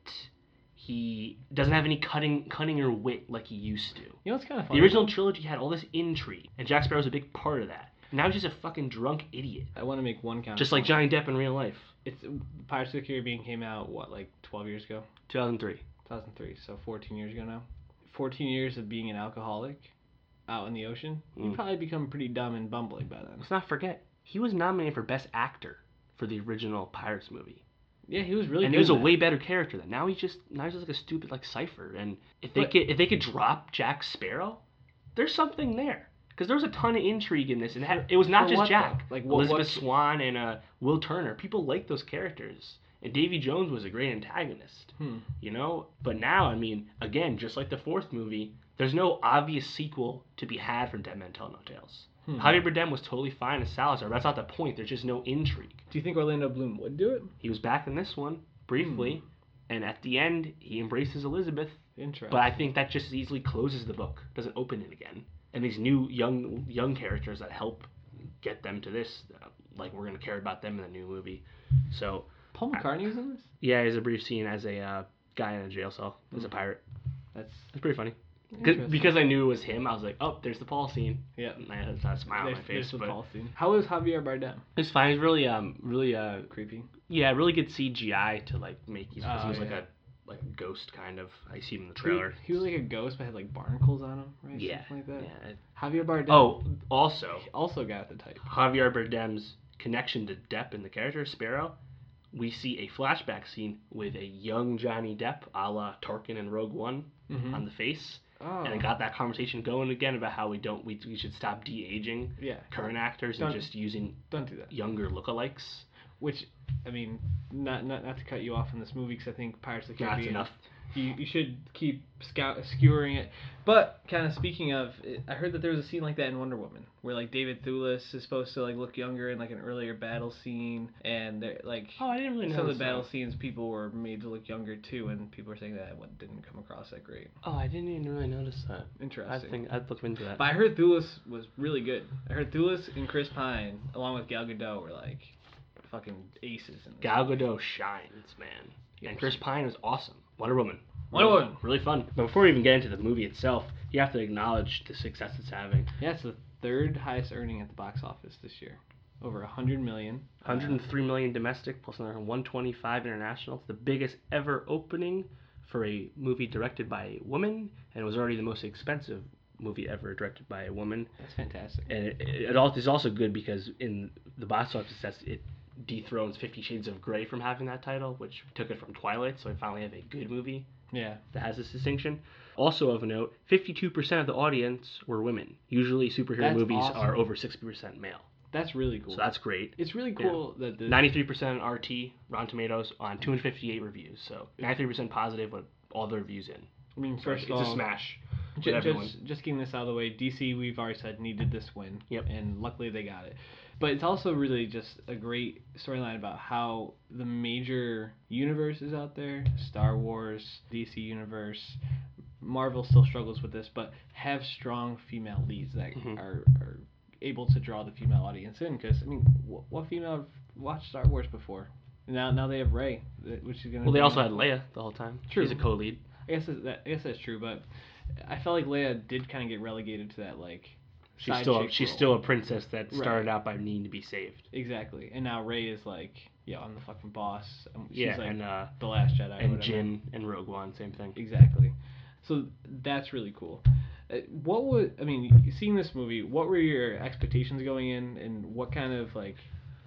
Speaker 3: He doesn't have any cutting, cunning or wit like he used to.
Speaker 2: You know it's kind of funny.
Speaker 3: The original trilogy had all this intrigue, and Jack Sparrow's a big part of that. Now he's just a fucking drunk idiot,
Speaker 2: I want to make one count.
Speaker 3: just like Johnny Depp in real life.
Speaker 2: it's Pirates of the Caribbean came out what like 12 years ago,
Speaker 3: 2003.
Speaker 2: 2003, so 14 years ago now. 14 years of being an alcoholic out in the ocean, you
Speaker 3: Mm.
Speaker 2: probably become pretty dumb and bumbling by then.
Speaker 3: Let's not forget, he was nominated for Best Actor for the original Pirates movie,
Speaker 2: Yeah, he was really.
Speaker 3: and
Speaker 2: good
Speaker 3: he was a
Speaker 2: in that.
Speaker 3: way better character. Than now he's just now he's just like a stupid like cipher. And if they
Speaker 2: But-
Speaker 3: could if they could drop Jack Sparrow, there's something there because there was a ton of intrigue in this, and it, had, it was not
Speaker 2: For
Speaker 3: just
Speaker 2: what,
Speaker 3: Jack.
Speaker 2: though? Like,
Speaker 3: Like
Speaker 2: what-
Speaker 3: Elizabeth
Speaker 2: what-
Speaker 3: Swan and uh, Will Turner, people liked those characters, and Davy Jones was a great antagonist.
Speaker 2: Hmm.
Speaker 3: You know, but now I mean, again, just like the fourth movie, there's no obvious sequel to be had from Dead Men Tell No Tales.
Speaker 2: Hmm.
Speaker 3: Javier Bardem was totally fine as Salazar. That's not the point. There's just no intrigue.
Speaker 2: Do you think Orlando Bloom would do it?
Speaker 3: He was back in this one briefly,
Speaker 2: Hmm.
Speaker 3: and at the end, he embraces Elizabeth.
Speaker 2: Interesting.
Speaker 3: But I think that just as easily closes the book, doesn't open it again. And these new young young characters that help get them to this, uh, like we're gonna care about them in the new movie. So
Speaker 2: Paul McCartney was in this.
Speaker 3: yeah, there's a brief scene as a uh, guy in a jail cell as a pirate.
Speaker 2: That's
Speaker 3: It's pretty funny. 'Cause-
Speaker 2: Hmm. Interesting.
Speaker 3: Because I knew it was him, I was like, oh, there's the Paul scene.
Speaker 2: yeah.
Speaker 3: And I had a smile on
Speaker 2: There's,
Speaker 3: my
Speaker 2: there's
Speaker 3: face,
Speaker 2: the
Speaker 3: but
Speaker 2: Paul scene. How is Javier Bardem?
Speaker 3: it's fine. It's really, um, really, uh,
Speaker 2: Creepy.
Speaker 3: yeah, really good CGI to like make you.
Speaker 2: Oh,
Speaker 3: he was like
Speaker 2: yeah.
Speaker 3: a like a ghost kind of. I see him in the
Speaker 2: He,
Speaker 3: trailer.
Speaker 2: he was like a ghost, but had like barnacles on him, right?
Speaker 3: yeah,
Speaker 2: Something like that.
Speaker 3: yeah.
Speaker 2: Javier Bardem.
Speaker 3: Oh, also
Speaker 2: Also got the type.
Speaker 3: Javier Bardem's connection to Depp in the character Sparrow. We see a flashback scene with a young Johnny Depp, a la Tarkin and Rogue One,
Speaker 2: Mhm.
Speaker 3: on the face,
Speaker 2: Oh.
Speaker 3: and it got that conversation going again about how we don't we, we should stop de aging
Speaker 2: yeah.
Speaker 3: current actors
Speaker 2: Done.
Speaker 3: and just using
Speaker 2: Don't do that.
Speaker 3: younger lookalikes.
Speaker 2: Which, I mean, not not not to cut you off on this movie because I think Pirates of the
Speaker 3: That's
Speaker 2: Caribbean.
Speaker 3: enough.
Speaker 2: You, you should keep scout, skewering it. But kind of speaking of, it, I heard that there was a scene like that in Wonder Woman where like David Thewlis is supposed to like look younger in like an earlier battle scene, and they're like.
Speaker 3: Oh, I didn't
Speaker 2: in some of the battle scenes, people were made to look younger too, and people are saying that it didn't come across that great.
Speaker 3: Oh, I didn't even really notice that. I
Speaker 2: Interesting.
Speaker 3: think I'd look into that.
Speaker 2: But I heard Thulis was really good. I heard Thulis and Chris Pine, along with Gal Gadot, were like fucking aces. In this.
Speaker 3: Gal Gadot shines, man. And Chris Pine is awesome. Wonder Woman.
Speaker 2: Wonder
Speaker 3: Really-
Speaker 2: Woman.
Speaker 3: Really fun. But before we even get into the movie itself, you have to acknowledge the success it's having.
Speaker 2: Yeah, it's the third highest earning at the box office this year, over a hundred million.
Speaker 3: 103 million domestic plus another 125 international. It's the biggest ever opening for a movie directed by a woman, and it was already the most expensive movie ever directed by a woman.
Speaker 2: That's fantastic.
Speaker 3: And it, it al- is also good because in the box office, that's, it dethrones Fifty Shades of Grey from having that title, which took it from Twilight, so we finally have a good movie
Speaker 2: Yeah,
Speaker 3: that has this distinction. Also of note, 52% of the audience were women. Usually superhero
Speaker 2: That's
Speaker 3: movies
Speaker 2: awesome.
Speaker 3: are over 60% male.
Speaker 2: that's really cool.
Speaker 3: So that's great.
Speaker 2: it's really cool that the
Speaker 3: 93% on RT, Rotten Tomatoes, on 258 reviews. So 93% positive with all the reviews in.
Speaker 2: I mean,
Speaker 3: So
Speaker 2: first
Speaker 3: it's
Speaker 2: of all,
Speaker 3: a smash. with
Speaker 2: Ju-
Speaker 3: everyone.
Speaker 2: just, just getting this out of the way, DC, we've already said, needed this win.
Speaker 3: Yep.
Speaker 2: And luckily they got it. But it's also really just a great storyline about how the major universes out there Star Wars, DC Universe, Marvel still struggles with this, but have strong female leads that
Speaker 3: Mhm.
Speaker 2: are, are able to draw the female audience in. Because, I mean, wh- what female watched Star Wars before? Now, now they have Ray, which is gonna.
Speaker 3: Well, they
Speaker 2: bring
Speaker 3: also
Speaker 2: in-
Speaker 3: had Leia the whole time.
Speaker 2: True.
Speaker 3: She's a co-lead.
Speaker 2: I guess that, I guess that's true, but I felt like Leia did kind of get relegated to that like.
Speaker 3: She's
Speaker 2: side
Speaker 3: still a,
Speaker 2: chick
Speaker 3: she's
Speaker 2: role.
Speaker 3: still a princess that
Speaker 2: Right.
Speaker 3: started out by needing to be saved.
Speaker 2: exactly, and now Ray is like, yeah, I'm the fucking boss. Um, She's
Speaker 3: yeah,
Speaker 2: like
Speaker 3: and uh,
Speaker 2: the last Jedi. or
Speaker 3: and
Speaker 2: whatever.
Speaker 3: Jin and Rogue One, same thing.
Speaker 2: Exactly, so that's really cool. Uh, What would I mean? Seeing this movie, what were your expectations going in, and what kind of like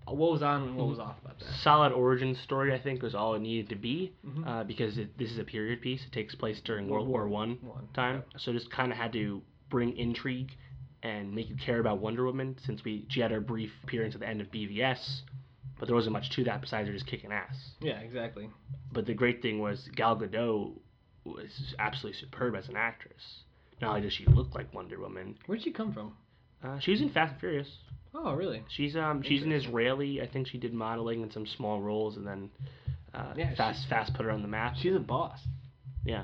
Speaker 2: what was on and what was off about that.
Speaker 3: Solid origin story, I think, was all it needed to be
Speaker 2: Mhm.
Speaker 3: uh, because it, this is a period piece. It takes place during World, War One
Speaker 2: One,
Speaker 3: time, so just kind of had to bring intrigue and make you care about Wonder Woman since we she had her brief appearance at the end of BVS, but there wasn't much to that besides her just kicking ass.
Speaker 2: Yeah, exactly.
Speaker 3: But the great thing was Gal Gadot was absolutely superb as an actress. Not only does she look like Wonder Woman,
Speaker 2: Where'd she come from?
Speaker 3: uh, she was in Fast and Furious.
Speaker 2: Oh, really?
Speaker 3: She's um she's an
Speaker 2: Interesting.
Speaker 3: Israeli. I think she did modeling and some small roles, and then uh,
Speaker 2: Yeah,
Speaker 3: fast fast put her on the map.
Speaker 2: She's a boss.
Speaker 3: yeah,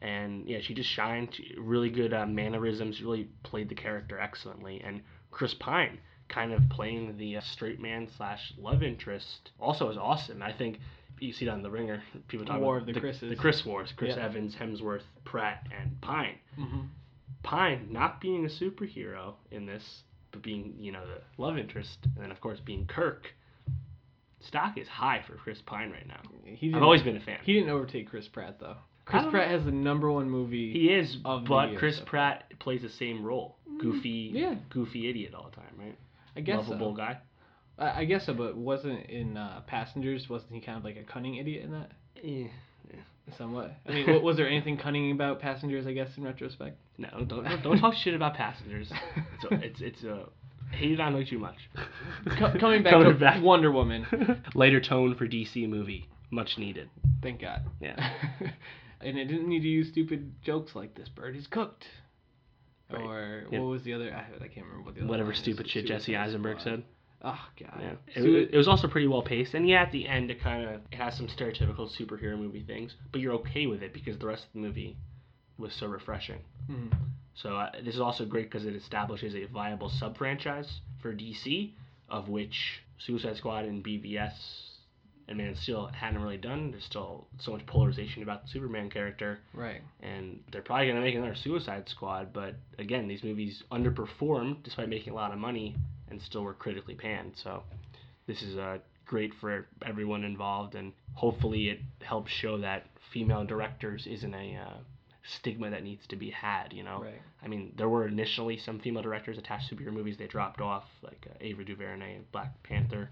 Speaker 3: and yeah, she just shined. She- really good uh, mannerisms. She really played the character excellently. And Chris Pine, kind of playing the uh, straight man slash love interest, also is awesome. I think you see it on The Ringer. People talk
Speaker 2: War
Speaker 3: about
Speaker 2: of the Chris's.
Speaker 3: the Chris Wars. Chris
Speaker 2: Yeah.
Speaker 3: Evans, Hemsworth, Pratt, and Pine.
Speaker 2: Mm-hmm.
Speaker 3: Pine not being a superhero in this, but being, you know, the love interest, and then of course being Kirk. Stock is high for Chris Pine right now.
Speaker 2: He
Speaker 3: I've
Speaker 2: didn't-
Speaker 3: always been a fan.
Speaker 2: He didn't overtake Chris Pratt though. Chris
Speaker 3: don't-
Speaker 2: Pratt has the number one movie.
Speaker 3: He is,
Speaker 2: Of the
Speaker 3: but
Speaker 2: year
Speaker 3: Chris
Speaker 2: so far.
Speaker 3: Pratt plays the same role. Goofy,
Speaker 2: yeah.
Speaker 3: goofy idiot all the time, right?
Speaker 2: I guess
Speaker 3: Lovable
Speaker 2: so.
Speaker 3: guy.
Speaker 2: I, I guess so, but wasn't in uh, Passengers? Wasn't he kind of like a cunning idiot in that?
Speaker 3: Eh,
Speaker 2: Somewhat. I mean, wa- was there anything cunning about Passengers? I guess in retrospect.
Speaker 3: No, don't don't- don't talk shit about passengers. It's a, it's it's a hated on way too much.
Speaker 2: Co- coming back
Speaker 3: Coming
Speaker 2: to
Speaker 3: back.
Speaker 2: Wonder Woman.
Speaker 3: Lighter tone for DC movie, much needed.
Speaker 2: Thank God.
Speaker 3: Yeah.
Speaker 2: and it didn't need to use stupid jokes like "this bird is cooked,"
Speaker 3: Right.
Speaker 2: or
Speaker 3: Yeah.
Speaker 2: what was the other? I, I can't remember what the other.
Speaker 3: Whatever
Speaker 2: line is.
Speaker 3: stupid shit
Speaker 2: Suicide
Speaker 3: Jesse Eisenberg
Speaker 2: Squad.
Speaker 3: said.
Speaker 2: Oh God.
Speaker 3: Yeah. It,
Speaker 2: Sui-
Speaker 3: it was also pretty well paced, and yeah, at the end it kind of it has some stereotypical superhero movie things, but you're okay with it because the rest of the movie was so refreshing.
Speaker 2: Mhm.
Speaker 3: So uh, this is also great because it establishes a viable sub franchise for DC, of which Suicide Squad and BVS and Man of Steel hadn't really done. There's still so much polarization about the Superman character,
Speaker 2: Right.
Speaker 3: and they're probably gonna make another Suicide Squad. But again, these movies underperformed despite making a lot of money and still were critically panned. So this is uh, great for everyone involved, and hopefully it helps show that female directors isn't a uh, stigma that needs to be had. You know,
Speaker 2: Right.
Speaker 3: I mean, there were initially some female directors attached to superhero movies. They dropped off, like uh, Ava DuVernay in Black Panther,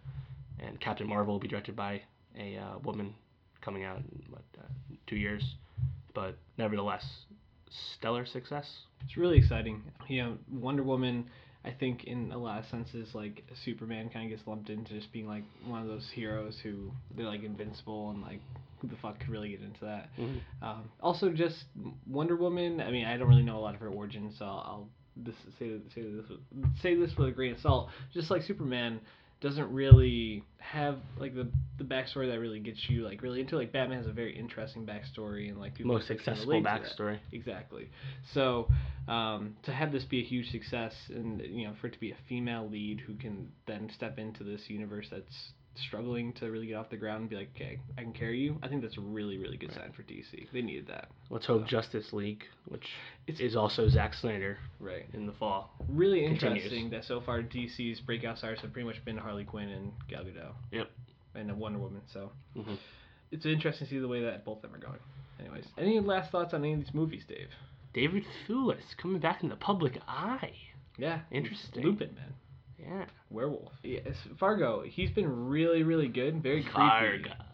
Speaker 3: and Captain Marvel will be directed by a uh, woman coming out in what, uh, two years. But nevertheless, stellar success.
Speaker 2: It's really exciting. You know, Wonder Woman, I think in a lot of senses, like Superman kind of gets lumped into just being like one of those heroes who they're like invincible and like who the fuck could really get into that.
Speaker 3: Mm-hmm.
Speaker 2: Um, also, just Wonder Woman. I mean, I don't really know a lot of her origins, so I'll, I'll this, say say this with- say this with a grain of salt. Just like Superman doesn't really have like the the backstory that really gets you like really into it. like Batman has a very interesting backstory and like people
Speaker 3: Most
Speaker 2: can kinda
Speaker 3: accessible
Speaker 2: relate to that.
Speaker 3: backstory.
Speaker 2: Exactly. So um, to have this be a huge success, and you know, for it to be a female lead who can then step into this universe that's struggling to really get off the ground and be like, okay, I can carry you. I think that's a really, really good sign for DC. They needed that.
Speaker 3: Let's hope Justice League, which
Speaker 2: It's-
Speaker 3: is also Zack Snyder
Speaker 2: Right.
Speaker 3: in the fall.
Speaker 2: Really
Speaker 3: Continues.
Speaker 2: interesting that so far DC's breakout stars have pretty much been Harley Quinn and Gal Gadot.
Speaker 3: Yep.
Speaker 2: And then Wonder Woman. So
Speaker 3: Mhm.
Speaker 2: it's interesting to see the way that both of them are going. Anyways, any last thoughts on any of these movies, Dave?
Speaker 3: David Thewlis coming back in the public eye.
Speaker 2: Yeah.
Speaker 3: Interesting.
Speaker 2: Lupin, man.
Speaker 3: Yeah.
Speaker 2: werewolf. Yes, Fargo. He's been really, really good. Very creepy.
Speaker 3: Varga.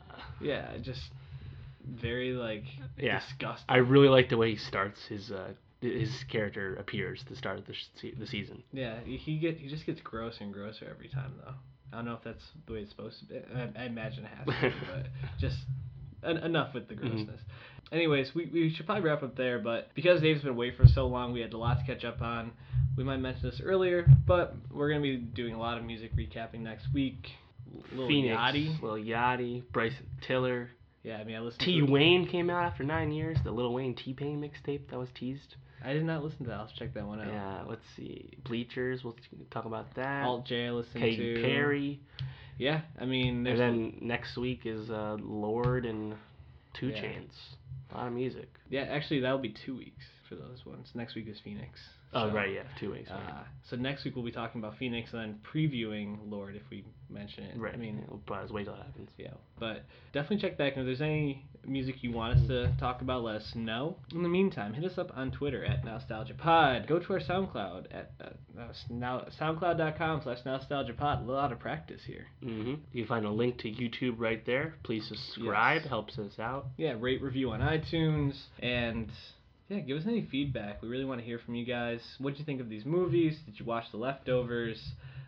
Speaker 2: Yeah, just very like
Speaker 3: Yeah.
Speaker 2: disgusting.
Speaker 3: I really like the way he starts his uh, his character appears at the start of the, se- the season.
Speaker 2: Yeah, he get he just gets grosser and grosser every time though. I don't know if that's the way it's supposed to be. I, I imagine it has to, be, but just en- enough with the
Speaker 3: Mm-hmm.
Speaker 2: grossness. Anyways, we, we should probably wrap up there, but because Dave's been away for so long, we had a lot to catch up on. We might mention this earlier, but we're gonna be doing a lot of music recapping next week. Lil
Speaker 3: Phoenix,
Speaker 2: Yachty.
Speaker 3: Lil Yachty, Bryson Tiller,
Speaker 2: Yeah, I mean I listened.
Speaker 3: T
Speaker 2: to
Speaker 3: Wayne came out after nine years. The Lil Wayne T Pain mixtape that was teased.
Speaker 2: I did not listen to that. I'll have to check that one out.
Speaker 3: Yeah, let's see, Bleachers. We'll talk about that.
Speaker 2: Alt J I listen
Speaker 3: Katy
Speaker 2: to.
Speaker 3: Perry,
Speaker 2: Yeah, I mean,
Speaker 3: and
Speaker 2: there's
Speaker 3: then next week is uh, Lord and Two
Speaker 2: Yeah.
Speaker 3: Chains. A lot of music.
Speaker 2: yeah. Actually, that'll be two weeks for those ones. Next week is Phoenix.
Speaker 3: Oh
Speaker 2: So,
Speaker 3: right, yeah, two weeks. right.
Speaker 2: Uh, so next week we'll be talking about Phoenix and then previewing Lord if we mention it.
Speaker 3: right.
Speaker 2: I mean,
Speaker 3: but let's wait till it happens.
Speaker 2: yeah. But definitely check back. And if there's any music you want us to talk about, let us know. In the meantime, hit us up on Twitter at NostalgiaPod. Go to our SoundCloud at uh, uh, now, soundcloud.com slash NostalgiaPod. A lot of practice here.
Speaker 3: hmm You can find a link to YouTube right there. Please subscribe.
Speaker 2: Yes.
Speaker 3: Helps us out.
Speaker 2: Yeah, rate, review on iTunes. And yeah, give us any feedback. We really want to hear from you guys. What would you think of these movies? Did you watch The Leftovers?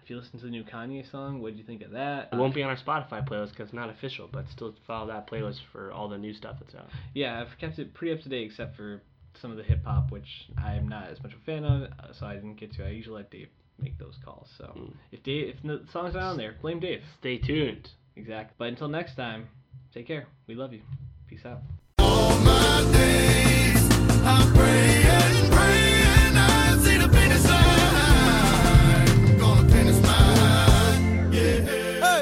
Speaker 2: If you listen to the new Kanye song, what did you think of that?
Speaker 3: It won't be on our Spotify playlist because it's not official, but still follow that playlist for all the new stuff that's out.
Speaker 2: Yeah, I've kept it pretty up to date except for some of the hip hop, which I'm not as much a fan of, uh, so I didn't get to. I usually let Dave make those calls. So
Speaker 3: Mm.
Speaker 2: if Dave, if the song's not on there, blame Dave.
Speaker 3: Stay tuned.
Speaker 2: Exactly. But until next time, take care. We love you. Peace out.
Speaker 1: All my days, I pray